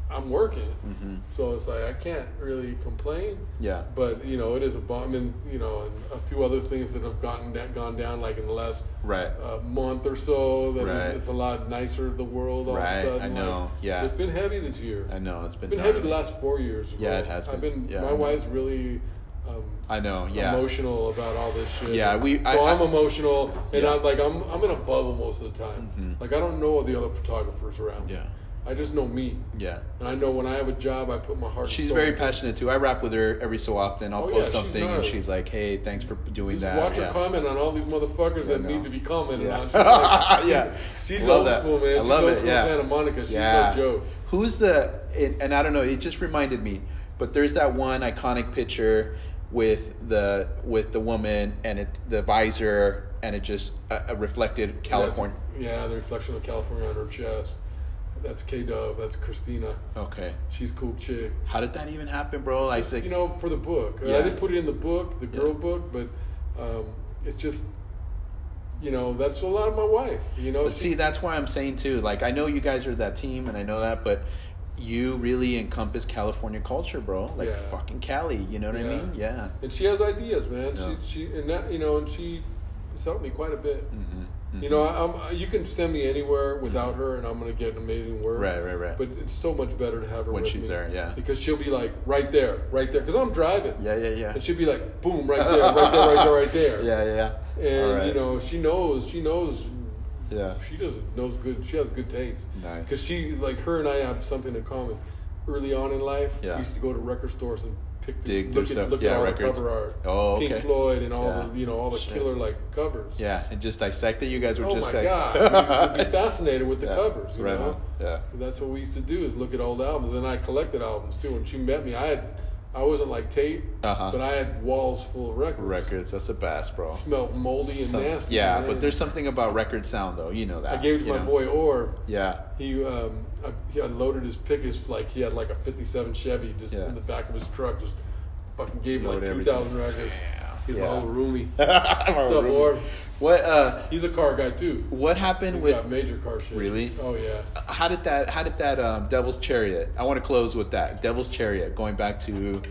D: I'm working, so it's like I can't really complain.
A: Yeah.
D: But you know, it is a bomb, and you know, and a few other things that have gotten that gone down, like in the last
A: Right.
D: uh, month or so. That
A: Right.
D: it's a lot nicer. The world all
A: Right,
D: of a sudden.
A: I
D: like,
A: know, yeah.
D: It's been heavy this year.
A: I know it's been.
D: It's been heavy the
A: gnarly.
D: last four years. bro.
A: Yeah, it has
D: I've
A: been.
D: been.
A: Yeah, I
D: my
A: know.
D: wife's really. Um,
A: I know. Yeah.
D: emotional about all this shit.
A: Yeah, we-
D: So
A: I- I-
D: am emotional, and
A: Yeah. Mm-hmm.
D: I'm like I'm I'm in a bubble most of the time. Like I don't know the other photographers around. me.
A: Yeah.
D: I just know me,
A: Yeah.
D: and I know when I have a job, I put my heart. and
A: She's
D: soul
A: very
D: into it.
A: passionate too. I rap with her every so often. I'll
D: Oh, yeah,
A: post
D: she's
A: something and
D: gnarly.
A: she's like, "Hey, thanks for doing
D: Just
A: that."
D: watch
A: yeah.
D: her comment on all these motherfuckers
A: I
D: that
A: know.
D: need to be commented
A: Yeah.
D: on. She's, like-
A: Yeah.
D: she's
A: Love
D: old
A: that.
D: school, man.
A: I love
D: she's
A: it,
D: old school
A: yeah.
D: Santa Monica. She's no joke.
A: Who's the and, and I don't know, it just reminded me, but there's that one iconic picture with the with the woman and it the visor and it just uh, uh, reflected California.
D: That's- yeah, the reflection of California on her chest. That's K Dub. That's Christina.
A: Okay.
D: She's a cool chick.
A: How did that even happen, bro? Like
D: you know, for the book. Uh,
A: Yeah.
D: I didn't put it in the book, the girl
A: Yeah.
D: book, but um, it's just, you know, that's a lot of my wife. You know,
A: But
D: she-
A: see, that's why I'm saying too. Like, I know you guys are that team, and I know that, but you really encompass California culture, bro. Like
D: Yeah.
A: fucking Cali. You know what I
D: Yeah.
A: mean? Yeah.
D: and she has ideas, man.
A: Yeah.
D: She, she, and that, you know, and she has helped me quite a bit.
A: Mhm.
D: Mm-hmm. You know, I, I'm, I- you can send me anywhere without her, and I'm gonna get an amazing work.
A: Mm-hmm. Right, right, right.
D: But it's so much better to have her
A: When
D: with
A: she's
D: me
A: there, yeah.
D: Because she'll be like right there, right there. Because I'm driving.
A: Yeah, yeah, yeah.
D: And she'll be like, boom, right there, right there, right there, right there.
A: Yeah, yeah, yeah.
D: And
A: All right.
D: you know, she knows. She knows
A: Yeah.
D: She does knows good. She has good taste.
A: Nice.
D: Because she like her and I have something in common. Early on in life,
A: Yeah.
D: we used to go to record stores and pick the,
A: Dig through
D: look
A: stuff.
D: at, look
A: Yeah,
D: at all
A: records.
D: the cover art.
A: Oh, okay.
D: Pink Floyd and all
A: Yeah.
D: the you know all the
A: Shit.
D: killer like covers.
A: Yeah, and just dissected. You guys were
D: Oh
A: just
D: my
A: like,
D: god! we used to be fascinated with the
A: Yeah,
D: covers. You
A: right
D: know.
A: on. Yeah.
D: That's what we used to do is look at old albums, and I collected albums too. When she met me, I had I wasn't like Tate,
A: Uh-huh.
D: but I had walls full of records.
A: Records, that's the best, bro.
D: Smelled moldy and
A: Some-
D: nasty.
A: yeah,
D: man.
A: but there's something about record sound though. You know that.
D: I gave it to
A: you
D: my
A: know?
D: boy Orb.
A: Yeah.
D: He um, uh, he unloaded his pick his like he had like a '57 Chevy just
A: Yeah.
D: in the back of his truck, just fucking gave him like
A: Loaded
D: two
A: everything.
D: thousand records.
A: Damn.
D: He's
A: Yeah.
D: my old roomie. What's up,
A: what
D: Orb?
A: uh
D: He's a car guy too.
A: what happened
D: He's
A: with
D: got major car shit.
A: Really?
D: Oh yeah.
A: how did that how did that um, devil's chariot i want to close with that devil's chariot going back to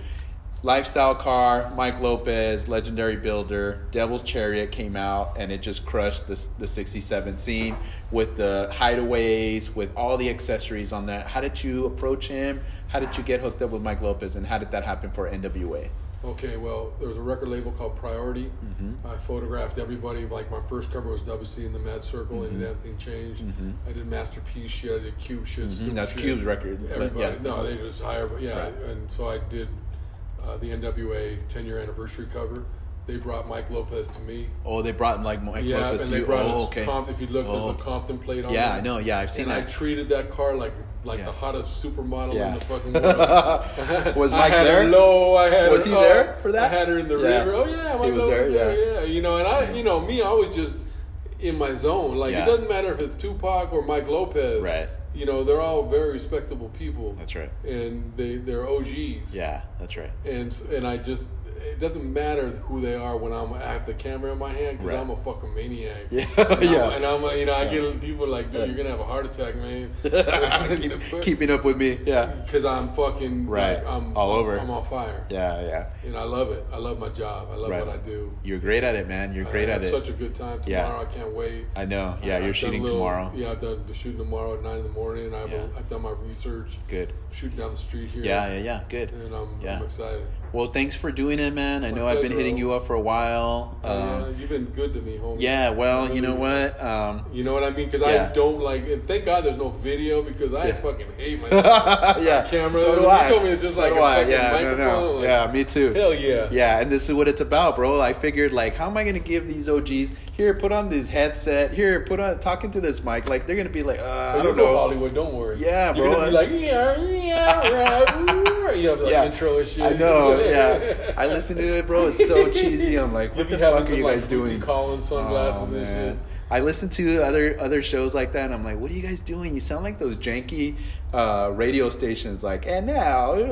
A: lifestyle car mike lopez legendary builder devil's chariot came out and it just crushed the, the 67 scene with the hideaways with all the accessories on that how did you approach him how did you get hooked up with mike lopez and how did that happen for nwa
D: Okay, well, there was a record label called Priority.
A: Mm-hmm.
D: I photographed everybody. Like my first cover was WC in the Mad Circle,
A: Mm-hmm.
D: and everything changed. I did masterpiece shit. I did Cube shit. Snoop
A: Mm-hmm. that's
D: shit.
A: cube's record but
D: Everybody,
A: yeah
D: no, they just hire, but yeah.
A: Right.
D: And so I did uh, the NWA 10 year anniversary cover. They brought Mike Lopez to me.
A: oh they brought like mike
D: yeah,
A: lopez
D: and
A: to
D: they
A: you
D: brought
A: oh
D: us
A: okay
D: Comp, if you look,
A: Oh.
D: there's a Compton plate on
A: yeah
D: it.
A: i know yeah i've seen
D: And I
A: that
D: treated that car like like
A: Yeah.
D: the hottest supermodel
A: Yeah.
D: in the fucking world.
A: Was
D: I
A: Mike
D: had
A: there?
D: Her low, I had
A: Was
D: her
A: he
D: up,
A: there for that?
D: I had her in the
A: Yeah.
D: river. Oh yeah, Mike
A: He was there,
D: Lopez,
A: yeah.
D: yeah, yeah. You know, and I, you know, me, I was just in my zone. Like
A: Yeah.
D: it doesn't matter if it's Tupac or Mike Lopez.
A: Right.
D: You know, they're all very respectable people.
A: that's right
D: and they they're OGs.
A: yeah that's right
D: And s- and I just it doesn't matter who they are when I'm I have the camera in my hand because
A: Right.
D: I'm a fucking maniac.
A: Yeah.
D: And I'm,
A: Yeah.
D: And I'm a- you know I
A: Yeah.
D: get people like dude you're gonna have a heart attack man.
A: Keep- keeping up with me. Yeah.
D: Because I'm fucking
A: Right.
D: Like, I'm
A: All over.
D: I'm on fire.
A: Yeah, yeah.
D: And I love it. I love my job. I love
A: Right.
D: what I do.
A: You're great at it, man. You're great
D: I
A: at
D: had
A: it.
D: Such a good time
A: Yeah.
D: tomorrow. I can't wait.
A: I know. Yeah,
D: I've done
A: you're
D: a
A: shooting
D: little-
A: tomorrow.
D: Yeah, I've done the shooting tomorrow at nine in the morning. I've
A: Yeah.
D: I've done my research.
A: Good.
D: Shooting down the street here.
A: Yeah, yeah, yeah. Good.
D: And I'm,
A: Yeah.
D: I'm excited.
A: Well, thanks for doing it, man. I
D: My
A: know I've been
D: pleasure,
A: hitting you
D: bro.
A: up for a while.
D: Uh,
A: Um,
D: you've been good to me, homie.
A: yeah. Well, you
D: Really.
A: know what? Um,
D: You know what I mean? Because
A: Yeah.
D: I don't like, and thank God there's no video because I
A: Yeah.
D: fucking hate my
A: yeah.
D: camera.
A: So do
D: you
A: I.
D: told me it's just
A: So
D: like
A: do
D: a
A: I.
D: fucking
A: Yeah. No, no.
D: microphone, like-
A: yeah. Me too.
D: hell yeah.
A: Yeah, and this is what it's about, bro. I figured, like, how am I gonna give these OGs here? Put on this headset. Here, put on talking to this mic. Like, they're gonna be like, uh,
D: But
A: I
D: you
A: don't
D: know,
A: know.
D: Hollywood. Don't worry.
A: Yeah,
D: You're
A: bro.
D: gonna be like yeah, yeah, right, right. You have like
A: Yeah.
D: intro and shit.
A: I know, yeah. I listen to it, bro. It's so cheesy. I'm like,
D: You'll
A: what
D: be
A: the
D: having
A: fuck are
D: some,
A: you
D: like,
A: guys doing?
D: Bootsy Collins sunglasses
A: Oh,
D: and
A: man.
D: shit.
A: I listen to other other shows like that, and I'm like, what are you guys doing? You sound like those janky uh, radio stations, like, and now, yeah,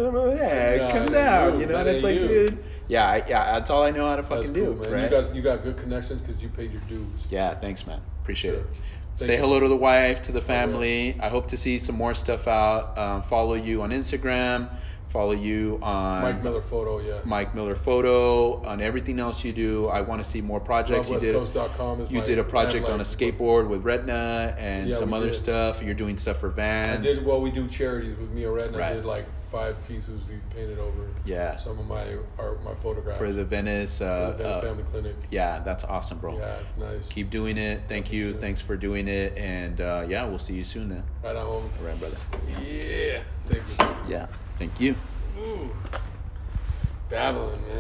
D: Nah,
A: come
D: that
A: down,
D: ain't
A: you
D: you.
A: know. And
D: That
A: it's like,
D: ain't you.
A: dude, yeah, I, yeah, that's all I know how to
D: That's
A: fucking
D: cool,
A: do,
D: man.
A: right?
D: You guys, you got good connections because you paid your dues.
A: Yeah, thanks, man. Appreciate
D: Sure.
A: it.
D: Thank
A: Say
D: you.
A: hello to the wife, to the family. I hope to see some more stuff out. Um, follow you on Instagram. Follow you on
D: Mike Miller photo, yeah.
A: Mike Miller photo on everything else you do. I want to see more projects. You did
D: LoveWestCoast.com is
A: you
D: my
A: did a project on a
D: headline.
A: skateboard with Retna and
D: Yeah,
A: some
D: we
A: other
D: did.
A: stuff. You're doing stuff for
D: I
A: Vans.
D: did well. We do charities with Mia Red, and
A: Right.
D: I did like five pieces we painted over.
A: Yeah.
D: Some of my art, my photographs
A: for the Venice. Uh,
D: the Venice
A: uh,
D: Family Clinic.
A: yeah, that's awesome, bro.
D: Yeah, it's nice.
A: Keep doing it. Thank you. Thanks for doing it. And uh, yeah, we'll see you soon then.
D: right on home.
A: All right, brother.
D: Yeah. Thank you.
A: Yeah, thank you.
D: Ooh. Babbling, man.